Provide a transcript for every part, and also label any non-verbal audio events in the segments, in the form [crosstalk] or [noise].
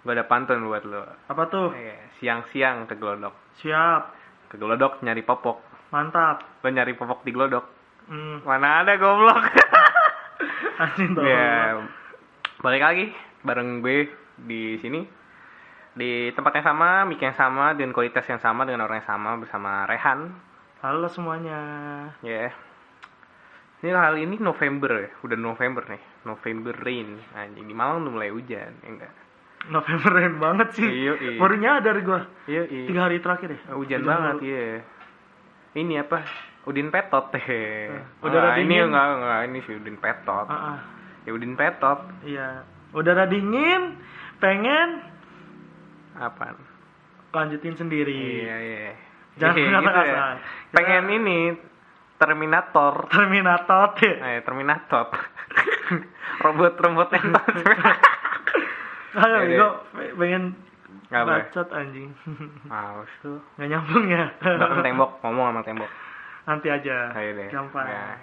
Gue ada pantun buat lo. Ah, Apa tuh? Iya, Siang-siang ke Glodok. Siap. Ke Glodok nyari popok. Mantap. Lo nyari popok di Glodok. [laughs] Hmm. Mana ada goblok. Anjing tuh. ya, balik lagi bareng gue di sini. Di tempat yang sama, mic yang sama, dengan kualitas yang sama, dengan orang yang sama, bersama Rehan. Halo semuanya. Ya. Ini kali ini November ya, udah November nih. November rain. Anjing di Malang udah mulai hujan, ya enggak? November rain banget sih. Iya, iya. Baru nyadar gua. Iya, iya. Tiga hari terakhir ya. Hujan banget, lalu. iya. Ini apa? Udin Petot [laughs] deh. Eh, udara ini dingin. enggak, enggak, ini si Udin Petot. Ah, ah. Ya Udin Petot. Iya. Udara dingin, pengen Apaan? lanjutin sendiri. Iya, iya. Jangan [laughs] Iya, kasar-kasar. Pengen ini [laughs] Terminator. Terminator. Eh, Terminator. [laughs] Robot-robot yang [laughs] Ayo, Iya, gua pengen Nggak boleh. bacot anjing. [laughs] Males tuh. Nggak nyambung [laughs] ya. Bahkan tembok, ngomong sama tembok. Nanti aja. Ayo deh. Gampang. Nah.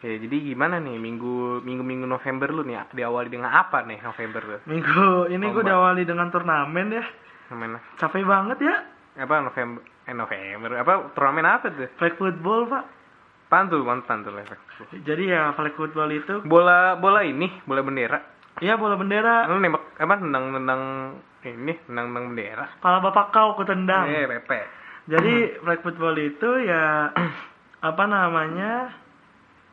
Ya, jadi gimana nih minggu minggu minggu November lu nih diawali dengan apa nih November lu? Minggu ini gue Lomba. diawali dengan turnamen ya. Gimana? Capek banget ya. apa November eh November apa turnamen apa tuh Flag football, Pak. pantul mantan tuh lewat. Jadi ya flag football itu bola bola ini bola bendera Iya bola bendera. lu nembak apa nendang nendang ini nendang nendang bendera Kepala bapak kau kutendang. eh pepe Jadi flag football itu ya [clears throat] apa namanya?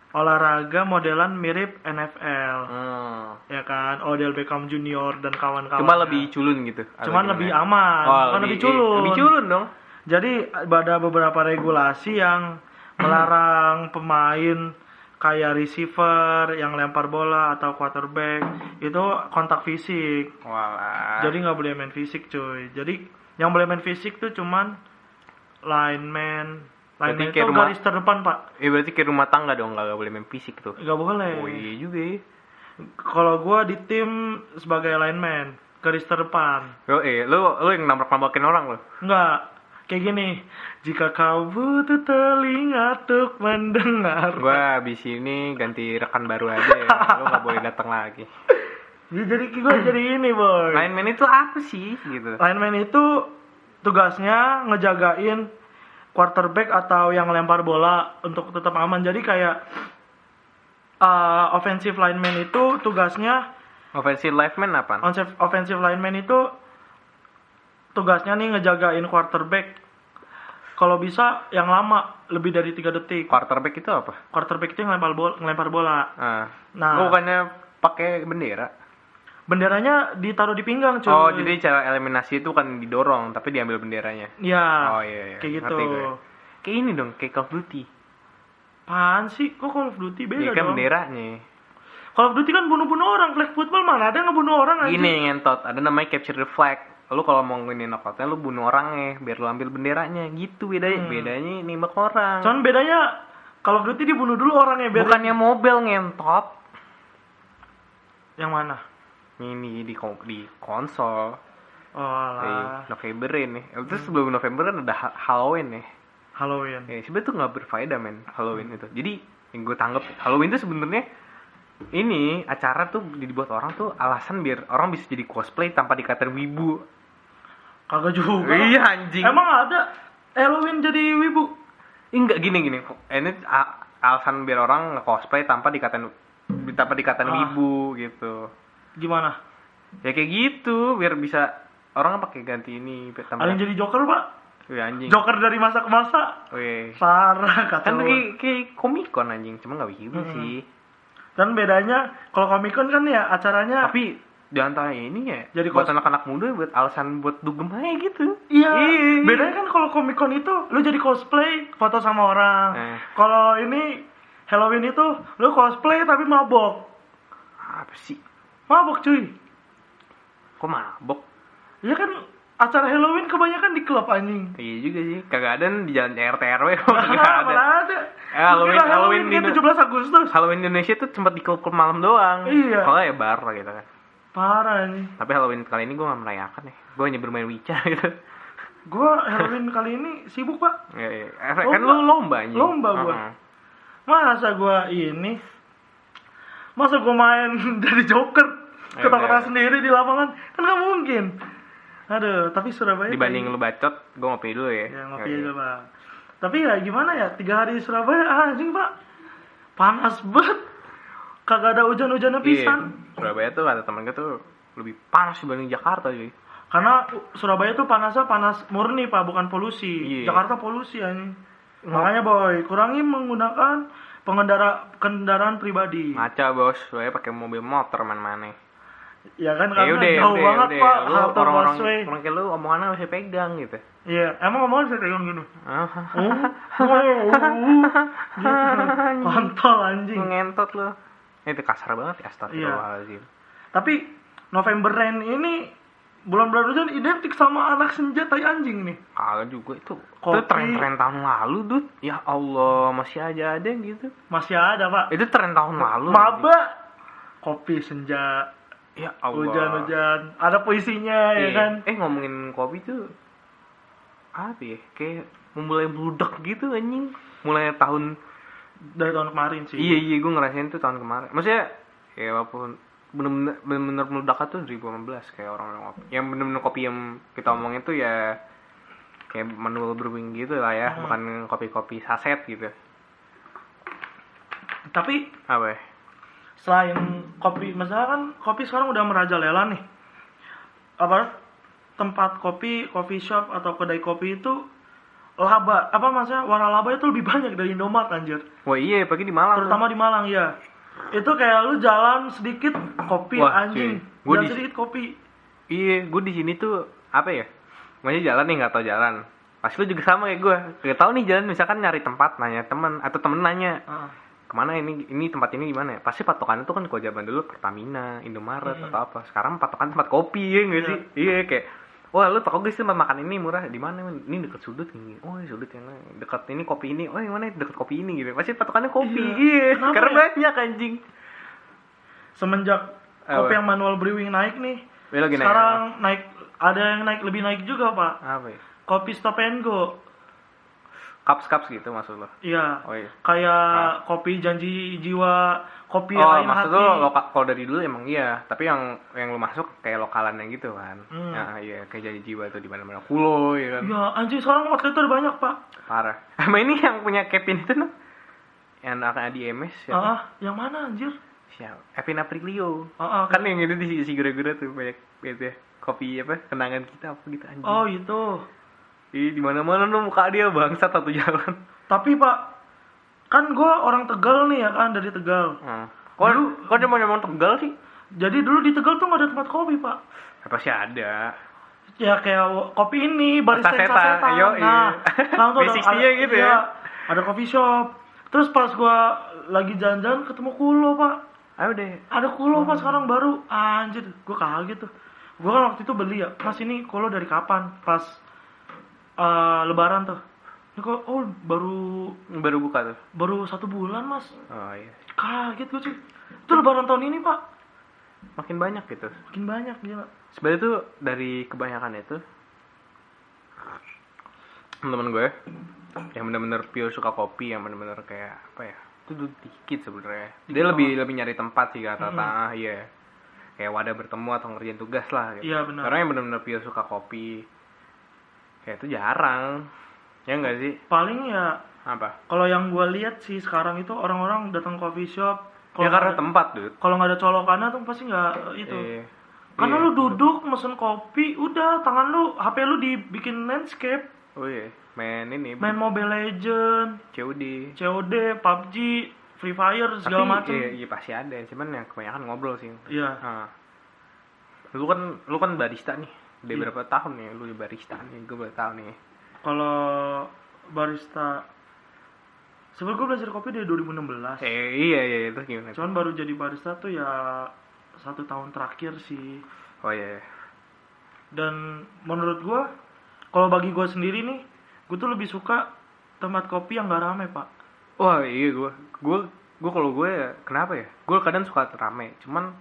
Olahraga modelan mirip NFL. hmm. Ya kan, Odell Beckham Junior dan kawan-kawan. cuma lebih culun gitu atau cuman gimana? lebih aman, bukan lebih culun. lebih culun dong Jadi ada beberapa regulasi yang melarang pemain kayak receiver yang lempar bola atau quarterback itu kontak fisik. walah Jadi nggak boleh main fisik, cuy. Jadi yang boleh main fisik tuh cuman lineman. Berarti Lineman kayak itu rumah- garis terdepan, Pak. eh berarti kayak rumah tangga dong nggak nggak boleh main fisik tuh Nggak boleh. oh iya juga ya Kalau gua di tim sebagai lineman, garis terdepan. Yo, eh, lu, lu yang nabrak-nabrakin orang lu. Enggak, kayak gini. Jika kau butuh telinga untuk mendengar. Gua abis ini ganti rekan baru aja ya. Lu gak boleh datang [laughs] lagi. Ya, jadi gue jadi ini boy. Lineman itu apa sih gitu? Lineman itu tugasnya ngejagain quarterback atau yang lempar bola untuk tetap aman. Jadi kayak eh, offensive lineman itu tugasnya Offensive lineman apa? offensive, offensive lineman itu tugasnya nih ngejagain quarterback. Kalau bisa yang lama lebih dari tiga detik. Quarterback itu apa? Quarterback itu yang lempar bola, ngelempar bola. Ah. Nah. Gua bukannya pakai bendera. Benderanya ditaruh di pinggang, cuy. Oh, jadi cara eliminasi itu kan didorong tapi diambil benderanya. ya. oh iya iya. Kayak gitu. Ngerti gue. Kayak ini dong, kayak Call of Duty. Apaan sih? Kok Call of Duty Iya beda kan dong? benderanya. Call of Duty kan bunuh-bunuh orang. Flag football mana ada yang ngebunuh orang aja. Gini ngentot, ada namanya capture the flag. Lu kalau mau ngini knockoutnya lu bunuh orangnya biar lu ambil benderanya gitu bedanya. Hmm. Bedanya nembak orang. Cuman bedanya Call of Duty dibunuh dulu orangnya biar Bukannya mobile ngentot. yang mana? Ini di kon- di konsol. Oh Di lah. November ini. Hmm. Terus sebelum November kan ada Ha- Halloween ya. Halloween. Ya, sebenarnya tuh nggak berfaedah men Halloween itu. Jadi yang gue tanggap Halloween itu sebenarnya ini acara tuh dibuat orang tuh alasan biar orang bisa jadi cosplay tanpa dikatain wibu. Kagak juga. Iya anjing. Emang ada Eh, Halloween jadi wibu? enggak gini gini. Ini a- alasan biar orang cosplay tanpa dikatain tanpa dikatain Ah. wibu gitu. Gimana? Ya kayak gitu biar bisa orang pakai ganti ini biar Ada tambah. yang jadi Joker, Pak? Wih, ya. anjing. Joker dari masa ke masa? Wih. Parah kata Kan tuh kayak, kayak komikon anjing, cuma nggak wibu Mm-mm. sih. Dan bedanya kalau Comic Con kan ya acaranya tapi di antara ini ya Jadi buat kos- anak-anak muda buat alasan buat dugem aja gitu Iya, Iya. bedanya kan kalau Comic Con itu lu jadi cosplay, foto sama orang. Eh. Kalau ini Halloween itu lu cosplay tapi mabok. apa sih Mabok cuy. kok mabok Iya kan acara Halloween kebanyakan di klub [laughs] anjing. iya juga sih kagak ada nih di jalan RT RW kagak Mana ada ada. Eh, Halloween- Gila, Halloween gitu. kayak di- 17 Agustus. Halloween Indonesia tuh sempat di klub malam doang Iya. kalau ya bar lah gitu kan Parah nih. tapi Halloween kali ini gue gak merayakan ya gue hanya bermain Wica [laughs] gitu Gua Halloween kali ini sibuk, Pak. ya, ya. Eh, kan Lomba. lu lomba anjing. Lomba gua. Heeh. [laughs] Masa gua ini Masa gua main dari Joker? Iya, kebakaran bener. sendiri di lapangan kan nggak mungkin aduh tapi Surabaya Dibanding lu bacot, gue ngopi dulu ya. ya ngopi aja pak tapi ya gimana ya tiga hari di Surabaya ah, anjing pak panas banget kagak ada Iya, hujan-hujannya pisan Surabaya tuh kata temen gue tuh lebih panas dibanding Jakarta cuy. karena Surabaya tuh panasnya panas murni pak bukan polusi Iya. Jakarta polusi anjing makanya boy kurangi menggunakan pengendara kendaraan pribadi Ngaca bos, Surabaya pakai mobil motor mana-mana. ya kan Ya karena udah, ya jauh udah, banget ya pak udah. Lu halte orang-orang busway orang kayak lu omongannya harus pegang gitu. iya emang ngomong saya pegang [laughs] gini Ah, Oh, oh, oh. kontol anjing Ngentot lu. Itu kasar banget ya, astagfirullahaladzim. Iya. Tapi November Rain ini bulan-bulan hujan identik sama anak senja tai anjing nih. Kagak juga itu. Itu Kopi. tren-tren tahun lalu, Dut. Ya Allah, masih aja ada yang gitu. Masih ada, Pak. Itu tren tahun lalu. Maba kopi senja anjing. Ya Allah. hujan-hujan. Ada puisinya Iya. ya kan? Eh ngomongin kopi tuh apa ya? Kayak memulai bludak gitu anjing. Mulai tahun Dari tahun kemarin sih. Iya iya gue ngerasain tuh tahun kemarin. Maksudnya ya walaupun bener-bener bener-bener meledak tuh 2018 kayak orang-orang kopi. Yang bener-bener kopi yang kita omongin tuh ya kayak manual brewing gitu lah ya, Hmm. bukan kopi-kopi saset gitu. Tapi Apa? ya? selain kopi, misalnya kan kopi sekarang udah merajalela nih. Apa tempat kopi, coffee shop atau kedai kopi itu laba apa maksudnya warna laba itu lebih [laughs] banyak dari Indomaret anjir. Wah iya pagi di Malang. terutama di Malang ya itu kayak lu jalan sedikit kopi Wah, anjing cuy. Gua jalan di- sedikit kopi tuh. Iya, gue di sini tuh apa ya? Masih jalan nih nggak tau jalan. Pas lu juga sama kayak gue. Gak tau nih jalan misalkan nyari tempat nanya teman atau temen nanya Ah, kemana ini ini tempat ini gimana ya pasti patokan itu kan kalau zaman dulu Pertamina Indomaret Hmm. atau apa sekarang patokan tempat kopi ya nggak sih iya kayak wah lu tau gak sih tempat makan ini murah di mana men? ini deket sudut ini oh ini sudut yang lain. deket ini kopi ini oh yang mana deket kopi ini gitu pasti patokannya kopi Iya. iya Kenapa karena ya? banyak anjing semenjak Eh, Apa? kopi yang manual brewing naik nih Ya, lagi naik sekarang naik ada yang naik lebih naik juga pak apa ya kopi stop and go cups cups gitu maksud lo iya oh iya kayak kopi janji jiwa kopi oh lain maksud hati lo loka- kalau dari dulu emang iya tapi yang yang lo masuk kayak lokalannya gitu kan Hmm. nah iya kayak jadi jiwa tuh di mana mana kulo ya kan ya anjing sekarang outlet udah banyak pak Parah. [laughs] Sama ini yang punya Kevin itu noh. Yang anaknya di MS ah siapa? ah, yang mana anjir Siapa? Kevin Aprilio. ah, ah. Kan yang itu di si gura-gura tuh banyak gitu ya. Kopi apa? Kenangan kita apa gitu anjing. oh itu Ih, di mana-mana tuh muka dia bangsa satu jalan. tapi pak kan gue orang tegal nih ya kan dari tegal Hmm. Kok lu kok dia mau ngomong Tegal sih? Jadi dulu di Tegal tuh nggak ada tempat kopi pak. Apa sih ada? Ya kayak w- kopi ini barista yang Saseta, sasetan. ayo, iya. Nah, sekarang [laughs] tuh ada- Basicnya ada- gitu iya, ya. Ada coffee shop. Terus pas gua lagi jalan-jalan ketemu kulo pak. Ayo deh. Ada kulo Hmm. pak sekarang baru. Anjir, gua kaget tuh. Gua kan waktu itu beli ya. Mas ini kulo dari kapan? Pas eh, Lebaran tuh. Ini kok oh baru Baru buka tuh. baru satu bulan mas. Oh iya. Kaget gua cuy. Itu Lebaran tahun ini pak. Makin banyak gitu. Makin banyak gila. Sebenarnya tuh dari kebanyakan itu teman gue yang bener-bener pure suka kopi yang bener-bener kayak apa ya itu tuh dikit sebenarnya dia lebih lebih nyari tempat sih kata Hmm. ah iya kayak wadah bertemu atau ngerjain tugas lah gitu. Iya, benar. karena yang bener-bener pure suka kopi kayak itu jarang ya enggak sih Paling ya apa Kalau yang gue lihat sih sekarang itu orang-orang datang coffee shop. ya Kalau karena nggak- tempat dude kalau nggak ada colokannya tuh pasti nggak eh, itu. Iya. Karena Iya. lu duduk mesen kopi, udah tangan lu HP lu dibikin landscape, oh iya main ini main Mobile Legend, COD COD, PUBG, Free Fire segala Tapi, macem. iya, iya pasti ada cuman yang kebanyakan ngobrol sih Iya. Ah. Lu kan lu kan barista nih. Udah Iya. berapa tahun nih lu di barista nih? Gue boleh tahu nih. Kalau barista Sebenernya gue belajar kopi dari 2016 Eh iya iya itu gimana? tuh? Cuman baru jadi barista tuh ya satu tahun terakhir sih Oh iya. iya. dan menurut gua kalau bagi gua sendiri nih gua tuh lebih suka tempat kopi yang gak rame pak Wah, iya gua. Gua gua kalau gue kenapa ya? Gue kadang suka rame, cuman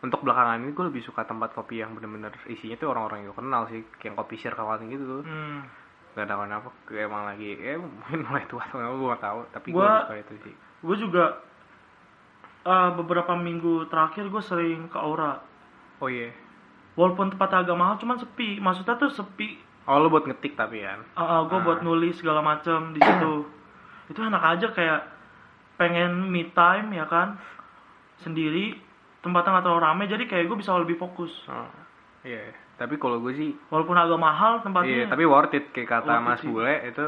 untuk belakangan ini gue lebih suka tempat kopi yang bener-bener isinya tuh orang-orang yang gue kenal sih, kayak kopi circle gitu tuh. hmm. Gak ada kenapa, gue emang lagi eh [laughs] mungkin mulai tua atau apa gue gak tahu, tapi gue Gua- suka itu sih. gua juga eh, beberapa minggu terakhir gua sering ke Aura Oh iya. Walaupun tempat agak mahal, cuman sepi. Maksudnya tuh sepi. Oh lu buat ngetik tapi kan. gue Ah. buat nulis segala macem di situ. [clears throat] itu enak aja kayak pengen me time ya kan, sendiri. Tempatnya nggak terlalu rame, jadi kayak gue bisa lebih fokus. Oh, Iya. Tapi kalau gue sih Walaupun agak mahal Iya, tempatnya. tapi worth it kayak kata Hmm. Worth it Mas sih. Bule itu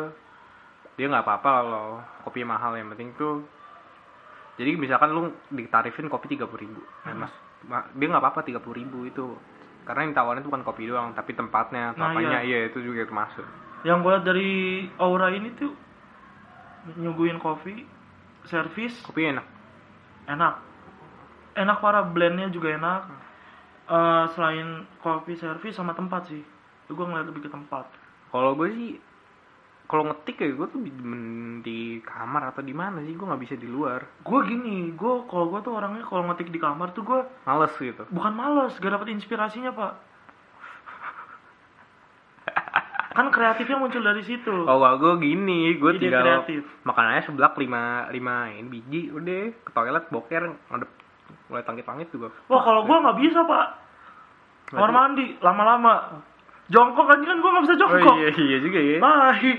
dia nggak apa-apa kalau kopi mahal yang penting tuh jadi misalkan lu ditarifin kopi tiga puluh ribu, eh, Hmm. mas ma- dia nggak apa-apa tiga puluh ribu itu karena yang tawarin itu bukan kopi doang tapi tempatnya Nah, tapannya iya. itu juga termasuk yang gue lihat dari aura ini tuh nyuguhin kopi servis kopi enak enak enak para blendnya juga enak Eh, selain kopi servis sama tempat sih gue ngeliat lebih ke tempat kalau gue sih kalau ngetik ya gue tuh di, men- di kamar atau di mana sih gue nggak bisa di luar gue gini gue kalau gue tuh orangnya kalau ngetik di kamar tuh gue males gitu bukan males gak dapet inspirasinya pak kan kreatifnya muncul dari situ Oh, wah, gue gini, gue Ide tinggal Iya, kreatif. makanannya seblak lima lima ini biji, udah ke toilet boker ngadep mulai tangkit tangkit juga. wah kalau gue nggak bisa pak kamar mandi lama-lama jongkok aja kan gue nggak bisa Oh jongkok iya iya juga ya. Mahi.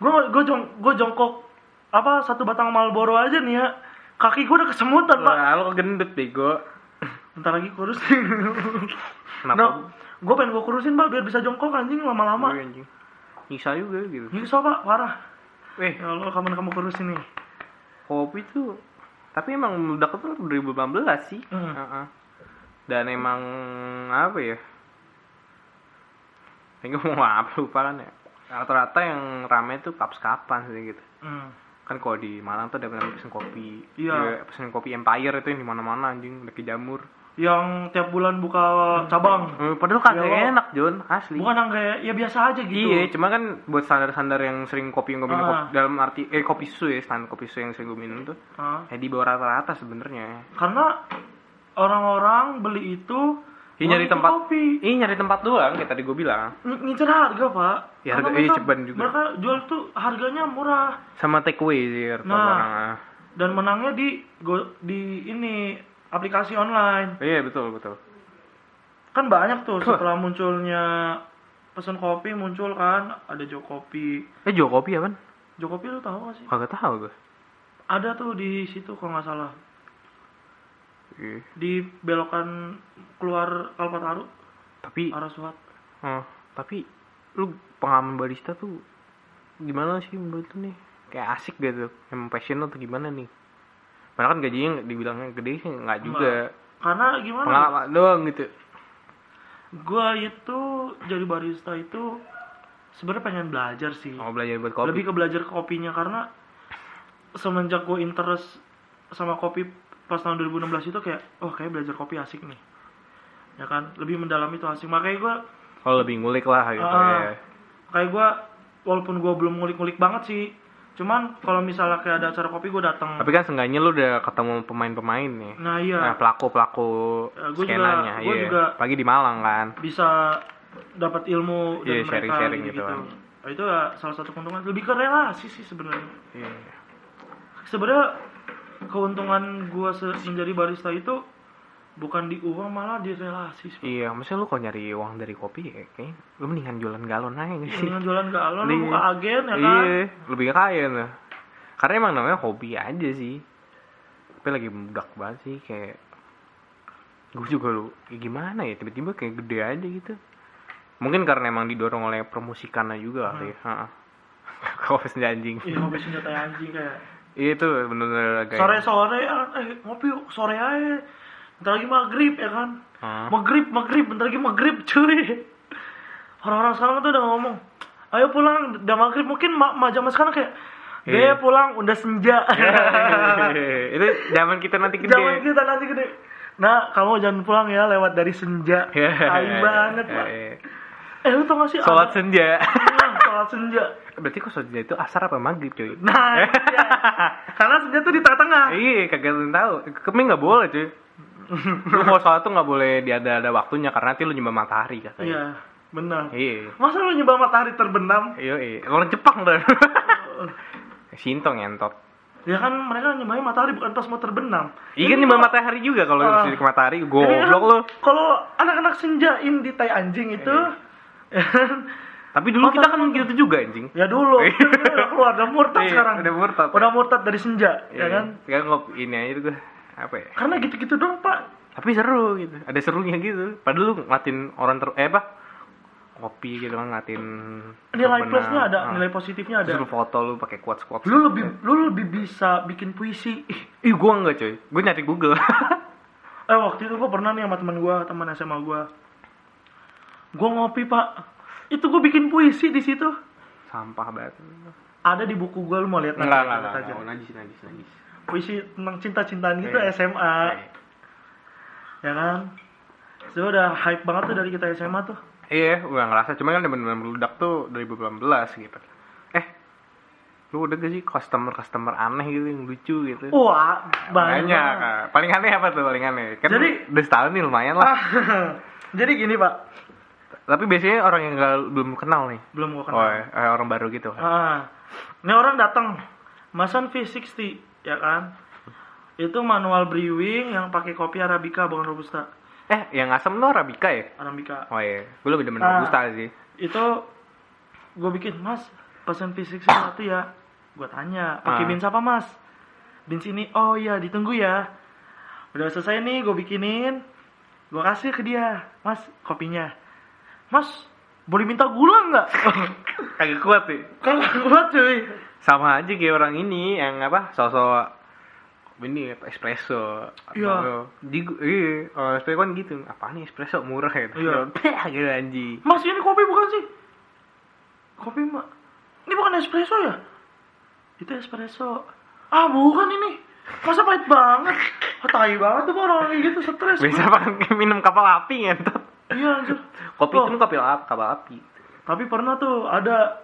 Gue gue jong gue jongkok apa satu batang Marlboro aja nih ya. Kaki gue udah kesemutan, Pak. Wah, lo gendut bego. Bentar lagi kurusin. Kenapa? Nah, gue pengen gue kurusin, Pak, biar bisa jongkok anjing Gue lama-lama. anjing. Nyiksa juga gitu. Nyiksa, Pak, parah. Eh, Ya Allah, kapan kamu kurusin nih? kopi tuh tapi emang meledak itu 2018 sih. Hmm. Heeh. Dan emang apa ya? Ini gue mau apa lupa kan ya. Rata-rata yang rame tuh kaps kapan sih gitu. Hmm. kan kalau di Malang tuh ada namanya pesen kopi Ya, Iya. pesen kopi Empire itu yang di mana-mana anjing lagi jamur Yang tiap bulan buka cabang. Eh, padahal kagak Iya, lo. enak John asli Bukan yang kayak ya biasa aja gitu. iya cuma kan buat standar-standar yang sering kopi yang gue minum Ah. kopi- dalam arti eh kopi su ya standar kopi su yang sering gue minum tuh Hah? ya di bawah rata-rata sebenarnya Karena orang-orang beli itu Iya, bukan nyari itu tempat. kopi. ini nyari tempat doang kayak tadi gue bilang Ng- ngincer harga, Pak. Ya, Karena harga- iya, mereka- ceban juga. Mereka jual tuh harganya murah. sama take away sih kata Nah. orang ah. dan menangnya di go, di ini aplikasi online iya betul betul kan banyak [coughs] tuh setelah munculnya pesan kopi muncul kan ada Jokopi eh jual kopi apa Jokopi lu tahu gak sih kagak tahu gue ada tuh di situ kalau nggak salah Iya. di belokan keluar Kalpataru tapi arah Suat Oh, tapi lu pengalaman barista tuh gimana sih menurut lu nih? Kayak asik gitu. Emang passion lu tuh gimana nih? Padahal kan gajinya dibilangnya gede sih nggak juga. karena gimana Pengalaman doang gitu. gue itu jadi barista itu sebenarnya pengen belajar sih Mau belajar buat Oh, kopi. lebih ke belajar kopinya karena semenjak gue interest sama kopi pas tahun 2016 itu kayak oh kayak belajar kopi asik nih ya kan lebih mendalami itu asik makanya gue Oh, lebih ngulik lah gitu ya. Ah. kayak gue walaupun gue belum ngulik-ngulik banget sih cuman kalau misalnya kayak ada acara kopi gue datang Tapi kan seenggaknya lu udah ketemu pemain-pemain nih. Nah, nah iya pelaku-pelaku Ya, gua juga- skenanya. gua iya. juga- Pagi di Malang kan. bisa dapat ilmu Iya, dari mereka sharing-sharing gitu, gitu kan. itu ya salah satu keuntungan lebih ke relasi sih sebenarnya Iya. sebenarnya keuntungan gua se- menjadi barista itu bukan di uang malah di relasi sih. Iya, maksudnya lu kalau nyari uang dari kopi ya, kayaknya lu mendingan jualan galon aja nggak sih. dengan jualan galon lu Iya. buka agen ya kan Iya, lebih kaya lah. Karena emang namanya hobi aja sih. Tapi lagi mudah banget sih kayak gue juga lu ya gimana ya tiba-tiba kayak gede aja gitu. Mungkin karena emang didorong oleh promosikannya juga kali. Hmm. ya. Heeh. [laughs] Kopi senja anjing. iya ngopi senjata anjing kayak Iya itu bener-bener kayak gitu. sore sore eh ngopi yuk, sore aja bentar lagi maghrib ya kan Hah? maghrib maghrib bentar lagi maghrib cuy orang-orang sekarang tuh udah ngomong ayo pulang udah maghrib mungkin ma ma zaman sekarang kayak Iya. deh pulang udah [laughs] senja [laughs] itu zaman kita nanti [laughs] gede. Jangan [laughs] kita nanti gede. Nah, kamu jangan pulang ya lewat dari senja. [laughs] Iya. Tai banget, Pak. Iya. Eh, lu tau gak sih? Sholat ada- senja. [laughs] Iya, sholat senja. Berarti kok sholat senja itu asar apa maghrib cuy? [laughs] Nah, iya. Karena senja tuh di tengah-tengah. Iya, kagak ada yang tahu. Kami nggak boleh cuy. lu mau sholat tuh nggak boleh diada ada waktunya karena nanti lu nyembah matahari katanya. Iya, benar. Iya. Masa lu nyembah matahari terbenam? [laughs] Iya, iya. Orang Jepang dan. Sintong entot. Ya kan mereka nyembahin matahari bukan pas mau terbenam. Iya kan nyembah matahari juga kalau Ah. di ke matahari, Jadi kan goblok lo. Kalau anak-anak senjain di tai anjing itu Iya. ya kan? Tapi dulu kita kan Matahari. gitu juga anjing. ya [laughs] dulu kan kita udah keluar udah murtad Iya, sekarang. udah murtad, Udah ya. murtad dari senja, ya kan? Sekarang ngop ini aja tuh apa ya? Karena gitu-gitu dong, Pak. Tapi seru gitu. Ada serunya gitu. Padahal lu ngatin orang ter eh apa? Kopi gitu kan ngatin Nilai terbenam. plusnya ada, Ah. nilai positifnya ada. Terus lu foto lu pakai quotes quotes. Lu lebih lu lebih bisa bikin puisi. Ih, Ih, gua enggak, coy. Gua nyari Google. [laughs] Eh waktu itu gue pernah nih sama teman gue, teman SMA gue. Gue ngopi pak. Itu gue bikin puisi di situ. Sampah banget. Ada di buku gue lu mau lihat Enggak, enggak, lihat enggak. aja. enggak. Najis, najis, najis. Puisi tentang cinta-cintaan gitu Iya. SMA, Iya. ya kan? Itu udah hype banget tuh dari kita SMA tuh. Iya, gue ngerasa. Cuman kan bener-bener meledak tuh 2018 gitu. Eh, lu udah gak sih customer-customer aneh gitu yang lucu gitu? Wah Oh, banyak. banyak. kan? Kak. Paling aneh apa tuh paling aneh? Kan Jadi- udah setahun nih lumayan lah. Ah, [laughs] Jadi gini pak, Tapi biasanya orang yang gak, belum kenal nih. belum gue Oh, kenal. eh, orang baru gitu. Ah, ini orang datang, Masan V60, ya kan? Itu manual brewing yang pakai kopi arabica bukan robusta. Eh, yang asam tuh Arabica ya? Arabica. Oh iya, gue lebih demen Ah. Robusta sih. itu gue bikin mas pesan fisik satu ya gue tanya pakai Ah. bins apa mas bins ini oh iya ditunggu ya udah selesai nih gue bikinin gue kasih ke dia mas kopinya mas boleh minta gula nggak [laughs] Kagak kuat sih. kalau gue cuy Sama aja kayak orang ini yang apa, sosok ini apa, espresso. Iya. Apa, Di, iya, orang espresso kan gitu. Apaan nih espresso murah ya? [laughs] Iya. gitu anjing. mas ini kopi bukan sih kopi mak ini bukan espresso ya itu espresso ah bukan ini masa pahit banget oh, tai banget tuh orang kayak gitu stres gua. Biasa [laughs] makan minum kapal api ngentot. Iya anjir. Kopi itu Loh, kan kapal api, kapal api. Tapi pernah tuh ada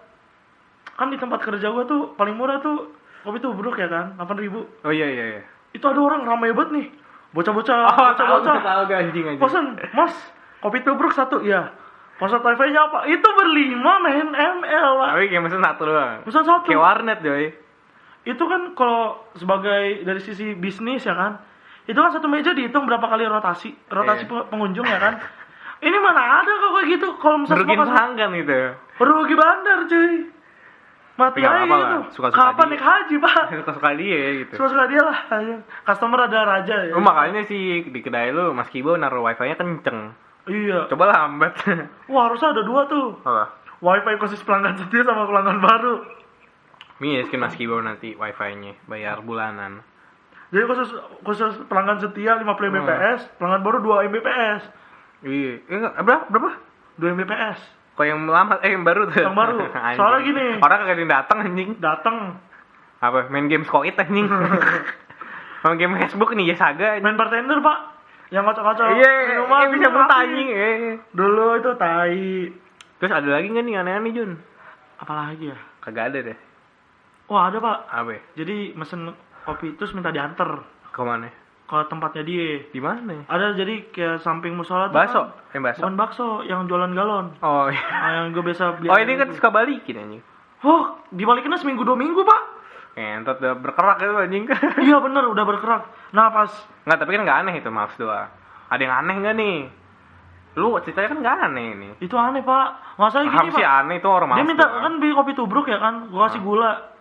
kan di tempat kerja gua tuh paling murah tuh kopi tuh bruk ya kan, 8 ribu. Oh iya iya iya. Itu ada orang ramai banget nih. Bocah-bocah, Oh, tahu bocah-bocah. tahu tahu, anjing anjing. Pesan, Mas, kopi tubruk satu, iya. Pesan wifi-nya apa? Itu berlima main ML, Pak. Tapi kayak pesan satu doang. Pesan satu. Kayak warnet, coy. Itu kan kalau sebagai dari sisi bisnis ya kan. Itu kan satu meja dihitung berapa kali rotasi, Iya. rotasi pe- pengunjung ya kan. Ini mana ada kok kayak gitu kalau misalnya Merugikan semua kasih- pelanggan gitu. Rugi bandar cuy Mati Tapi nggak aja apa-apa itu lah, suka-suka Kapan dia. naik haji [laughs] pak? Suka suka dia ya, gitu. Suka-suka dia lah anjing. Customer ada raja ya Lu makanya sih di kedai lu Mas Kibo naruh wifi-nya kenceng. Iya Coba lah hambat. Wah harusnya ada dua tuh [laughs] Apa? Wifi khusus pelanggan setia sama pelanggan baru Miskin Mas Kibo nanti wifi-nya bayar bulanan. Jadi khusus khusus pelanggan setia 50 Mbps Pelanggan baru 2 Mbps Iya, Eh, berapa? Berapa? 2 Mbps Kok yang lama eh yang baru tuh. Yang baru. [laughs] Anjing. Soalnya gini. Orang kagak ada yang datang anjing. Datang Apa? Main game skoit [laughs] anjing. Main game Facebook nih ya saga anjing. Main bartender pak Yang kocok-kocok Iya, minuman, iya, bisa minuman muntah api. anjing. Iya, iya. Dulu itu tai Terus ada lagi nggak nih aneh-aneh Jun? Apalagi ya Kagak ada deh. Wah ada pak Apa? ya? Jadi mesen kopi terus minta diantar Kemana? ke tempatnya dia Di mana? ya? ada jadi kayak samping musola tuh Bakso. kan, Eh bakso. bukan bakso yang jualan galon Oh iya. Ah, yang gue biasa beli Oh ini kan itu. suka balikin anjing. oh dibalikinnya seminggu dua minggu pak Entot udah berkerak itu anjing. [laughs] iya bener udah bergerak nah pas Enggak, tapi kan enggak aneh itu, maaf doang. Ada yang aneh enggak nih? Lu ceritanya kan enggak aneh ini. itu aneh pak masalahnya Paham Kan gini sih pak aneh itu orang maaf. Ah. dia minta doang. kan beli kopi tubruk ya kan gue kasih gula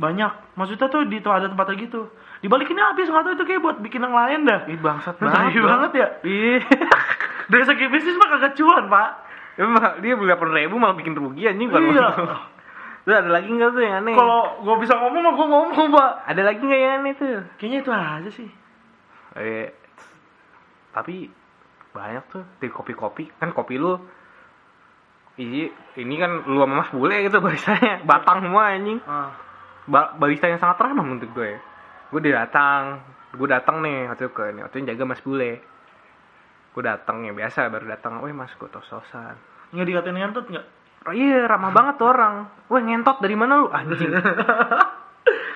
banyak maksudnya tuh di tuh ada tempatnya gitu dibalikinnya habis nggak tahu itu kayak buat bikin yang lain dah ih bangsat banget. Iya. Tai banget ya Ih. dari segi bisnis mah kagak cuan pak Emang [laughs] dia beli 8 ribu malah bikin rugi anjing bukan Iya. untung. Terus ada lagi enggak tuh yang aneh? kalau gue bisa ngomong mah gue ngomong pak ada lagi enggak yang aneh tuh? kayaknya itu aja sih Eh, tapi banyak tuh di kopi-kopi kan kopi lu ini ini kan lu sama mas bule gitu [laughs] baristanya batang semua anjing ah. ba barista yang sangat ramah menurut gue gue dia datang gue datang nih waktu itu ke ini waktu itu yang jaga mas bule gue datang ya biasa baru datang weh mas gue tos-tosan nggak dikatain ngentut nggak [coughs] oh, iya ramah banget tuh orang weh ngentot dari mana lu anjing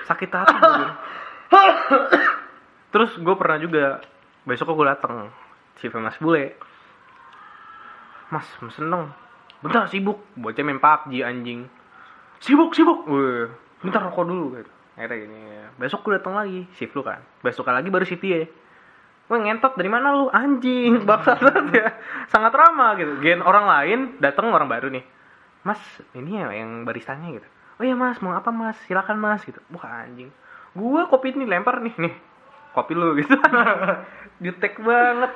sakit hati gue bilang. terus gue pernah juga besok gue datang si mas bule mas mesen dong bentar sibuk bocah main PUBG anjing sibuk sibuk Wih, bentar rokok dulu gitu. akhirnya gini besok gue datang lagi shift lu kan besok lagi baru shift dia Wah ngentot dari mana lu anjing Hmm. bangsat banget ya sangat ramah gitu gen orang lain datang orang baru nih mas ini ya yang baristanya gitu oh iya mas mau apa mas silakan mas gitu wah anjing gua kopi ini lempar nih nih kopi lu gitu [laughs] jutek banget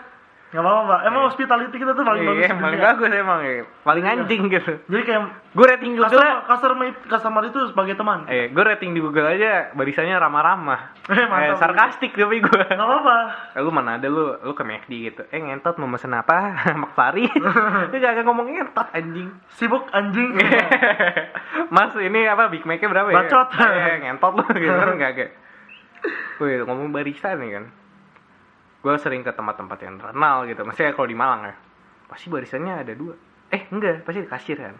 Gak apa-apa, Mbak. Emang hospitality kita tuh paling Iya, bagus. Iya. di dunia. paling bagus emang ya. paling anjing gitu Jadi kayak gue rating customer, Google customer, customer itu sebagai teman. eh gue rating di Google aja barisannya ramah-ramah Eh, [laughs] mantap. sarkastik tapi gue Gak apa-apa. Eh, lu mana ada lu lu ke McD gitu eh ngentot mau mesen apa [laughs] McFlurry [laughs] lu jangan ngomong ngentot anjing Sibuk anjing. Iya. mas ini apa Big Mac-nya berapa ya Bacot. Eh, ngentot lu gitu kan nggak kayak Wih, ngomong barista nih kan gue sering ke tempat-tempat yang terkenal gitu maksudnya kalau di Malang ya pasti barisannya ada dua eh enggak pasti kasir kan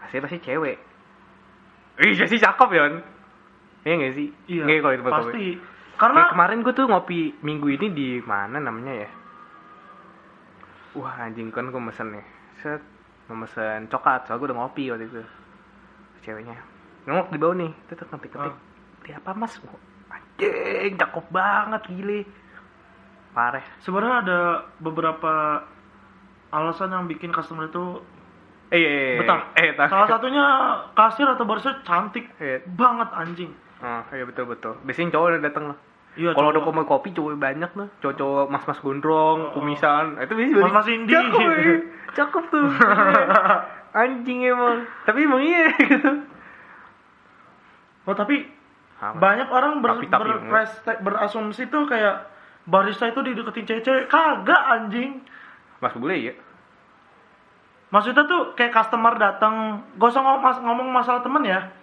kasir pasti cewek Ih, jadi cakep ya kan? Iya nggak sih? Iya. Nggak ya kalau di tempat kopi? pasti. Karena Kayak kemarin gue tuh ngopi minggu ini di mana namanya ya? Wah anjing kan gue mesen nih. Set, mau mesen coklat. Soalnya gue udah ngopi waktu itu. Ceweknya nengok di bawah nih. Tetep ngetik ngetik. Ah. Dia apa mas? Wah, Anjing, cakep banget gile. Pareh. sebenarnya ada beberapa alasan yang bikin customer itu Eh, eh, eh, betah. Eh, tak. Salah satunya kasir atau barista cantik Iya. banget anjing. Ah, iya betul betul. Biasanya cowok udah dateng lah. Iya. Kalau udah cowok. kopi kopi cowok banyak tuh, cowok-cowok mas-mas gondrong, kumisan, Nah, itu biasanya Oh. Mas-mas indie. Cakep, ya. cakep [laughs] tuh. Anjing emang. Tapi emang iya gitu. Oh tapi Apa? banyak orang ber, Tapi- tapi, hmm. ber- preste- berasumsi tuh kayak barista itu dideketin cewek-cewek kagak anjing. Mas Bule ya. Maksudnya tuh kayak customer datang, gak usah ngomong, ngomong masalah temen ya.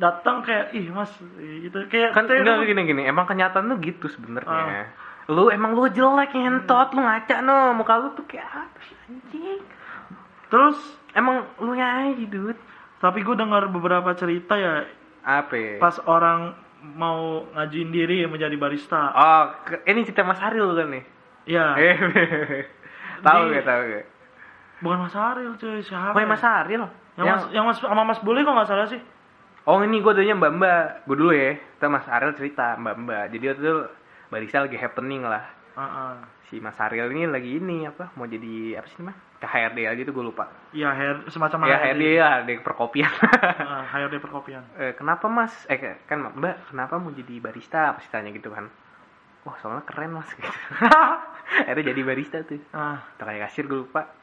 Datang kayak ih mas gitu kayak Kan kayak- enggak gini gini, emang kenyataan tuh gitu Ah. sebenarnya. Lu emang lu jelek ngentot, lu ngaca no, muka lu tuh kayak apa sih, anjing. Terus Emang lu nya aja dude. tapi gue dengar beberapa cerita ya Apa? ya? pas orang mau ngajuin diri menjadi barista. Oh, ke- ini cerita Mas Aril kan nih. Ya, Eh, [laughs] tahu Di- ya? gak tahu gak? bukan Mas Ariel cuy, siapa? Woi ya? Mas Aril. yang, Mas yang Mas sama Mas Bule kok nggak salah sih? Oh ini gue adanya Mbak Mbak Gue dulu ya Kita Mas Ariel cerita Mbak Mbak Jadi waktu itu Barista lagi happening lah Heeh. Si Mas Ariel ini lagi ini apa Mau jadi apa sih namanya Ke HRD aja tuh gue lupa Iya, hair semacam Ah, Ya HRD ya HRD perkopian [laughs] Heeh, HRD perkopian. Eh, Kenapa mas Eh kan Mbak Kenapa mau jadi barista Pasti tanya gitu kan Wah soalnya keren mas [laughs] gitu Akhirnya jadi barista tuh Ah, Atau kayak kasir gue lupa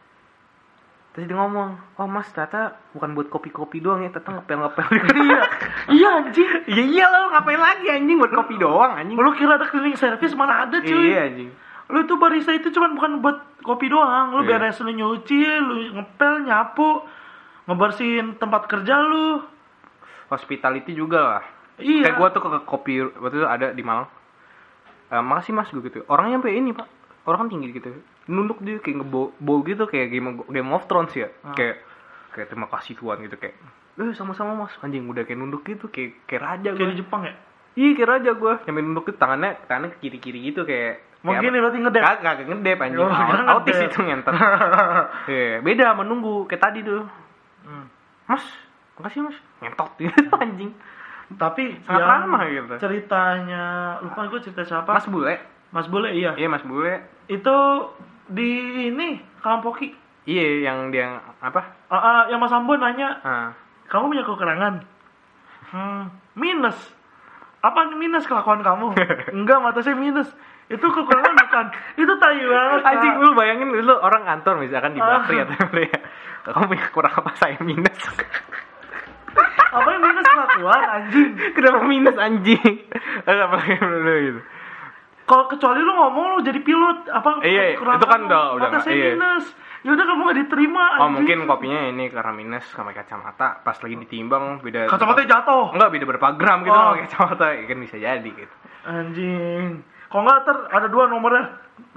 Terus dia ngomong Oh mas ternyata bukan buat kopi-kopi doang ya Ternyata ngepel-ngepel [laughs] Iya iya anjing. Ya iyalah lu ngapain lagi anjing Buat kopi doang anjing Lu kira ada cleaning service mana ada cuy? Iya anjing. Lu tuh barista itu cuman bukan buat kopi doang. Lu Iya. beres lu nyuci, lu ngepel, nyapu, ngebersihin tempat kerja lu. Hospitality juga lah. Iya. Kayak gua tuh ke ke kopi waktu itu ada di Malang. Eh, makasih Mas gue gitu. Orangnya sampai ini, Pak. Orang kan tinggi gitu. Nunduk dia kayak ngebo bow gitu kayak Game, Game of Thrones ya. Ah. Kayak kayak terima kasih Tuhan gitu kayak. Eh sama-sama Mas. Anjing udah kayak nunduk gitu kayak kayak raja gua. kayak di Jepang ya? Iya, kayak raja gua. Sampai nunduk tuh tangannya tangannya ke kiri-kiri gitu kayak Mungkin kayak apa? Kan? nih berarti ngedep. Kagak kagak ngedep anjing. Oh, kagak Aut- Autis ngedep. itu [laughs] ngentot. Iya, beda menunggu kayak tadi tuh. Hmm. Mas, makasih Mas. Ngentot [laughs] gitu anjing. Tapi Sangat yang ramah gitu. Ceritanya lupa gue cerita siapa? Mas Bule. Mas Bule iya. Iya Mas Bule. Itu di ini Kalampoki. Iya yang dia apa? Ah, ah, yang Mas Ambon nanya, Ah. kamu punya kekurangan? Hmm, minus. Apa minus kelakuan [laughs] kamu? Enggak, mata saya minus. Itu kekurangan bukan. Itu tai banget. Kak. Anjing lu bayangin lu orang kantor misalkan di Ah. [laughs] Bakri atau apa ya. Kamu punya kurang apa saya minus. [laughs] Apa yang minus kelakuan anjing? Kenapa minus anjing? Apa lu gitu. Kalau kecuali lu ngomong lu jadi pilot, apa Iya, iya. kekurangan Itu kan kamu? udah- udah mata nggak- saya iya. minus. Ya udah kamu gak diterima Oh anjing. mungkin kopinya ini karena minus sama kacamata pas lagi ditimbang beda kacamatanya jatuh. enggak beda berapa gram gitu Oh. sama kacamata ya, kan bisa jadi gitu. Anjing. Kalau nggak ter ada dua nomornya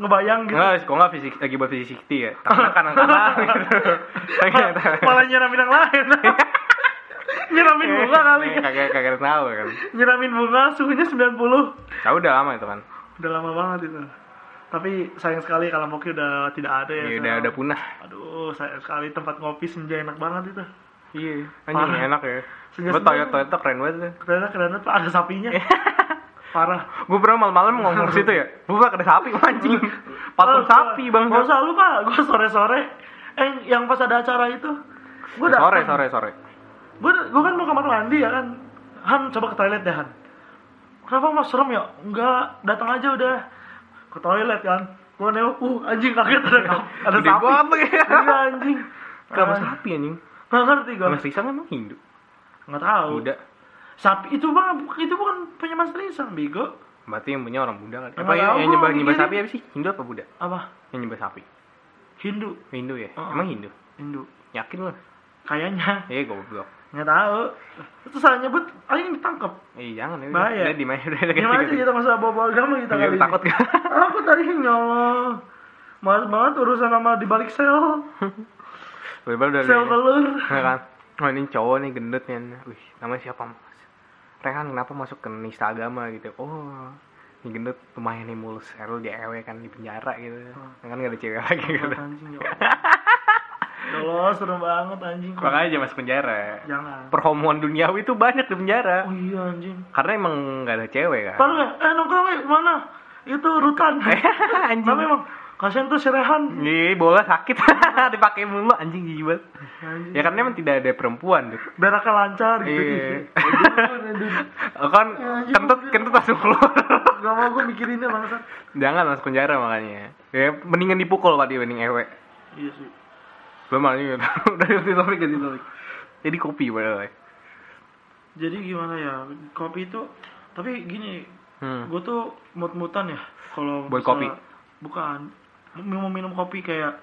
ngebayang gitu. Enggak, kok enggak fisik lagi buat fisik ya. Tangan kanan [laughs] kanan gitu. Malah nyiramin yang lain. [laughs] nyiramin Iya. bunga kali. Eh, ya. Kagak kagak tahu kan. Nyiramin bunga suhunya 90. Ya udah lama itu kan. Udah lama banget itu. Tapi sayang sekali kalau Moki udah tidak ada Ya ya. udah sekarang. udah punah. Aduh, sayang sekali tempat ngopi senja enak banget itu. Iya. Anjing Parah. enak ya. Serius Gue banget. Toyota Toyota keren banget deh. Keren keren pak ada [laughs] sapinya. Parah. Gue pernah malam-malam ngomong situ [laughs] ya. Gue bakal ada sapi mancing. Patung Oh, sapi bang. Gak usah lupa, gue sore-sore. Eh, yang pas ada acara itu. Gue Sore sore sore. Gue gue kan mau kamar mandi ya kan. Han coba ke toilet deh Han. Kenapa mas serem ya? Enggak, datang aja udah ke toilet kan. Gue nengok, uh anjing kaget ada kap- ada Gede sapi. banget ya. Iya anjing. Kenapa Parah. sapi anjing? Nggak ngerti gue. Mas Risa emang Hindu. Nggak tahu. Buddha. Sapi itu bang, itu bukan punya Mas Risan, bego. Berarti yang punya orang Buddha kan? Nggak Apa yang, yang tahu gua, nyembah nyembah mikirnya. sapi apa sih? Hindu apa Buddha? Apa? Yang nyembah sapi. Hindu, Hindu ya. Oh. Emang Hindu. Hindu. Yakin lu? Kayaknya Iya goblok. nggak tahu. Itu salah nyebut, aing ditangkap. Eh jangan ya. Bahaya. Udah di mana udah udah Gimana gitu. sih kita masalah bawa-bawa agama kita Iya, kali ini? takut [laughs] kan? Aku tadi nyolong. Males banget urusan sama di balik sel. Bener-bener udah Sel telur. Ya kan? Oh ini cowok nih gendut nih. Wih, namanya siapa mas? Rehan kenapa masuk ke nista agama gitu? Oh, ini gendut lumayan nih mulus. Erul di EW kan di penjara gitu. Hmm. Ya Kan gak ada cewek lagi gitu. Anjing ya Allah. Ya Allah, serem banget anjing. Makanya aja masuk penjara. Ya. Jangan. Perhomoan duniawi tuh banyak di penjara. Oh iya anjing. Karena emang gak ada cewek kan. Parah ya? Eh nongkrong ya, mana? Itu rutan. [laughs] Anjing. Tapi emang kasihan tuh si Rehan. Iya, bola sakit. [laughs] Dipakai mulu anjing jijik banget. Anjing. Ya karena emang tidak ada perempuan tuh. Beraknya lancar gitu. iya. Iya. Aduh, aduh. [laughs] kan Ya, kentut kentut langsung keluar. [laughs] Gak mau gue mikirinnya bangsat. Jangan masuk penjara makanya. Ya mendingan dipukul Pak mending ewe. Iya sih. Belum aja gitu. [laughs] Udah ganti topik ganti topik. Jadi kopi padahal. ya. Jadi gimana ya? Kopi itu tapi gini, Hmm. gue tuh mut-mutan ya kalau Buat misalnya- kopi? bukan mau minum kopi kayak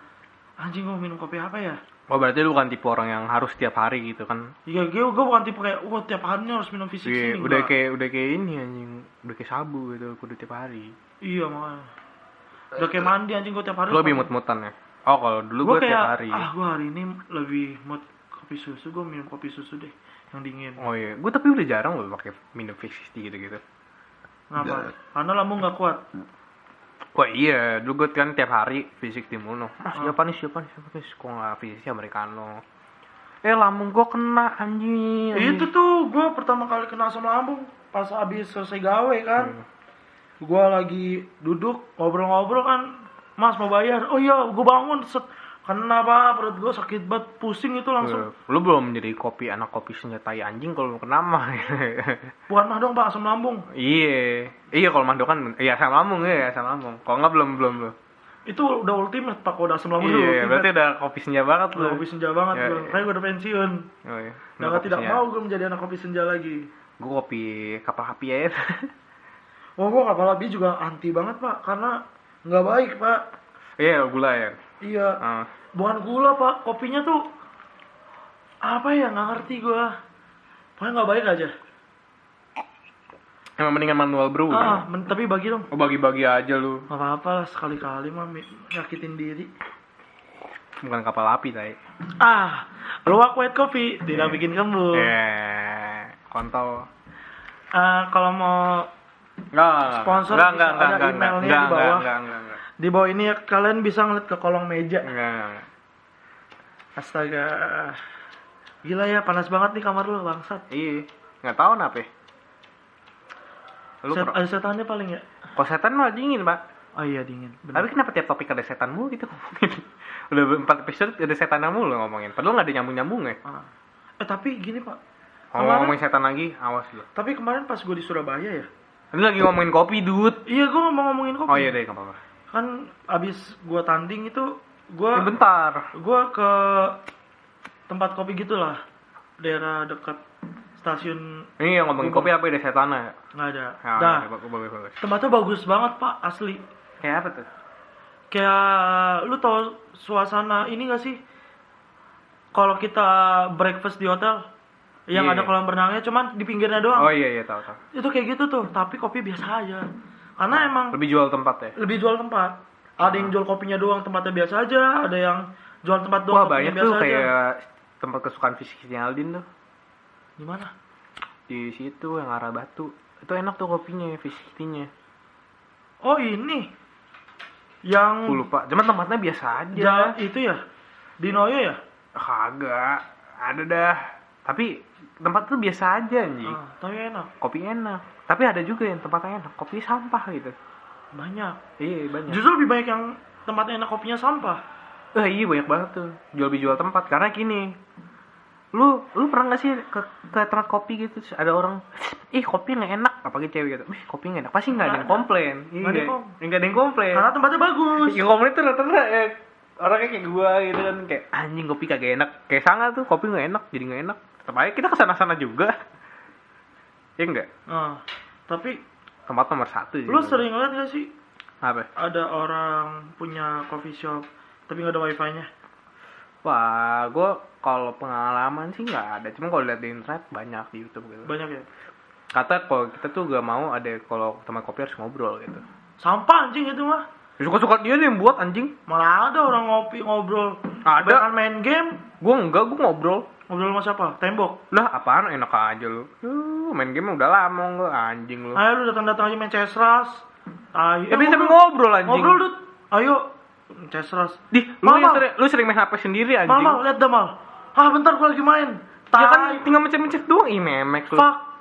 anjing gue minum kopi apa ya Oh berarti lu bukan tipe orang yang harus tiap hari gitu kan. ya gue gue bukan tipe kayak wah tiap hari ini harus minum fisik Iya, sini udah kayak udah kayak ini anjing, udah kayak sabu gitu kudu tiap hari. iya makanya udah kayak mandi anjing gue tiap hari Lu lebih mut-mutan ya. Oh kalau dulu gua gue tiap kayak hari. ah gue hari ini lebih mut kopi susu gue minum kopi susu deh yang dingin Oh iya, gua tapi udah jarang loh pakai minum fix gitu-gitu. kenapa Iya. karena lambung gak kuat Wah iya, dulu gue kan tiap hari fisik dimunuh. Ah, siapa nih siapa nih siapa nih? Kok nggak fisiknya Americano? Eh lambung gue kena anjing. Eh, anjing. Eh, itu tuh gue pertama kali kena asam lambung pas abis selesai gawe kan Mm-hmm. gue lagi duduk ngobrol-ngobrol kan mas mau bayar oh iya gue bangun set kenapa perut gue sakit banget pusing itu langsung Eh, Lu belum menjadi kopi anak kopi senjatai anjing kalau lu kena mah. [laughs] Mm-hmm. bukan mah dong pak asam lambung iya. Iya kalau mandok kan iya sama lambung ya, sama lambung. Kalau nggak belum belum belum. itu udah ultimate pak kalau udah asam lambung udah Iya, ultimate. berarti udah kopi senja banget udah lu. kopi senja banget Ya, gue iya. kayak gue udah pensiun Oh, iya. udah nggak tidak mau gue menjadi anak kopi senja lagi Gue kopi kapal api ya. wah gue kapal api Oh, juga anti banget pak karena nggak baik pak [laughs] Iya, gula ya. iya Ah. bukan gula pak kopinya tuh apa ya nggak ngerti gue pokoknya nggak baik aja Emang mendingan manual brew. ah men- tapi bagi dong Oh bagi-bagi aja lu. Gak apa-apa lah sekali-kali mah mi- nyakitin diri. Bukan kapal api, Tai. Ah, luwak white coffee tidak bikin kembung. Eh, kontol. Ah, kalau mau Enggak, Sponsor enggak, bisa enggak, enggak, ada enggak, enggak, emailnya enggak, di bawah. enggak, enggak, enggak, di bawah ini ya, kalian bisa ngeliat ke kolong meja. enggak, enggak, enggak. Astaga. Gila ya, panas banget nih kamar lu, bangsat. Iya, enggak tahu kenapa. ya. Lu Set, pro- ada setannya paling ya? kok setan malah dingin, Pak. Oh iya, dingin. Tapi Bener. kenapa tiap topik ada setan mulu gitu [laughs] ngomongin? Udah empat episode ada setan mulu ngomongin. Padahal nggak ada nyambung-nyambung ya. Ah. Eh, tapi gini, Pak. Kalau Kemarin- ngomongin setan lagi, awas lu. Tapi kemarin pas gue di Surabaya ya. Ini lagi ngomongin kopi, dude. Iya, gue mau ngomongin kopi. Oh iya deh, nggak apa-apa. Kan abis gue tanding itu, gue Eh, bentar. gue ke tempat kopi gitulah daerah dekat stasiun Ini yang ngomongin kopi apa ya, ada setan ya? nggak ada Ya, nah bagus, bagus, bagus. tempatnya bagus banget pak asli Kayak apa tuh? kayak lu tau suasana ini gak sih kalau kita breakfast di hotel yang Iya. ada kolam renangnya cuman di pinggirnya doang Oh iya, iya, tahu, tahu. itu kayak gitu tuh tapi kopi biasa aja karena emang Lebih jual tempat ya? lebih jual tempat ada yang jual kopinya doang tempatnya biasa aja ada yang jual Wah tempat doang kopinya banyak tuh kayak tempat kesukaan fisiknya Aldin tuh gimana di situ yang arah batu itu enak tuh kopinya fisiknya oh ini yang aku lupa cuman tempatnya biasa aja Jalan itu ya? Di Noyo ya? kagak ada dah tapi tempat itu biasa aja anjing Ah, tapi enak kopi enak tapi ada juga yang tempatnya enak kopi sampah gitu banyak iya banyak justru lebih banyak yang tempat enak kopinya sampah Eh, iya banyak banget tuh jual beli jual tempat karena gini lu lu pernah gak sih ke, ke tempat kopi gitu terus ada orang ih kopi nggak enak apalagi cewek gitu ih kopi nggak enak pasti nggak ada yang Nggak ada. komplain Nggak ada yang Iya. komplain. nggak ada yang komplain karena tempatnya bagus yang komplain tuh rata-rata eh, orangnya kayak gua gitu kan kayak anjing kopi kagak enak kayak sangat tuh kopi nggak enak jadi nggak enak tetap aja kita kesana-sana juga [laughs] ya enggak Ah, tapi tempat nomor satu sih. lu sering lihat gak sih apa ada orang punya coffee shop tapi nggak ada wifi-nya wah gua kalau pengalaman sih nggak ada cuma kalau lihat di internet banyak di YouTube gitu banyak ya kata kalau kita tuh gak mau ada kalau teman kopi harus ngobrol gitu sampah anjing itu mah suka suka dia nih yang buat anjing malah ada orang ngopi ngobrol Ada. Kebanyakan main game gua enggak gua ngobrol ngobrol sama siapa tembok lah apaan enak aja lu Yuh, main game udah lama gua anjing lu ayo lu datang datang aja main CS Rush ayo tapi tapi ngobrol ngobrol Eh, anjing ngobrol Dut. ayo CS Rush Di, lu Mal, yang Mal. sering, lu sering main HP sendiri mal anjing. mal lihat dah mal ah bentar gua lagi main Ya kan tai tinggal mencet-mencet doang, ih memek lu. fuck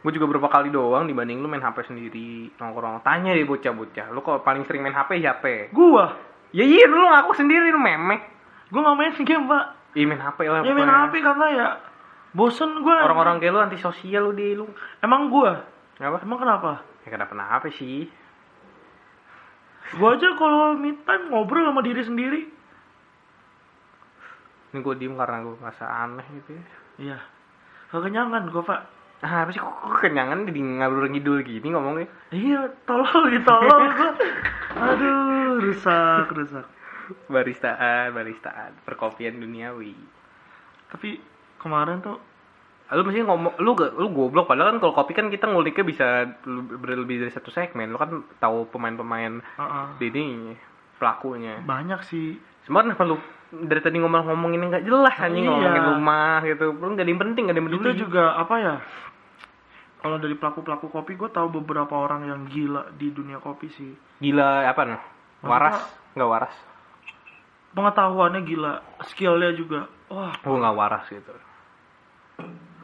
Gue juga berapa kali doang dibanding lu main HP sendiri nongkrong. Tanya deh bocah-bocah, lu kalau paling sering main HP siapa? gua Ya iya lu ngaku sendiri lu memek. gua nggak main game pak Ih main HP lah. ya main pokoknya. HP karena ya bosen gua Orang-orang kayak lu antisosial lu di lu. emang gua Kenapa? emang kenapa Ya kenapa kenapa sih? gua aja kalau me time ngobrol sama diri sendiri Ini gue diem karena gue merasa aneh gitu ya. iya kekenyangan gua pak Ah, apa sih kok kok kenyangan jadi ngalur ngidul gini ngomongnya? Iya, tolol [laughs] ditolol gua. Aduh, rusak, rusak. Baristaan, baristaan, perkopian duniawi. Tapi kemarin tuh Ah, lu mesti ngomong lu gak lu goblok padahal kan kalau kopi kan kita nguliknya bisa lu- berlebih dari satu segmen lu kan tahu pemain-pemain uh-uh, di ini pelakunya banyak sih. semua kenapa lu dari tadi ngomong-ngomong ini nggak jelas anjing Iya. ngomongin rumah gitu lu nggak ada yang penting nggak ada yang Itu peduli juga apa ya? Kalau dari pelaku-pelaku kopi gue tahu beberapa orang yang gila di dunia kopi sih. gila apa nah waras nggak waras Pengetahuannya gila, skillnya juga. Wah, gua nggak waras gitu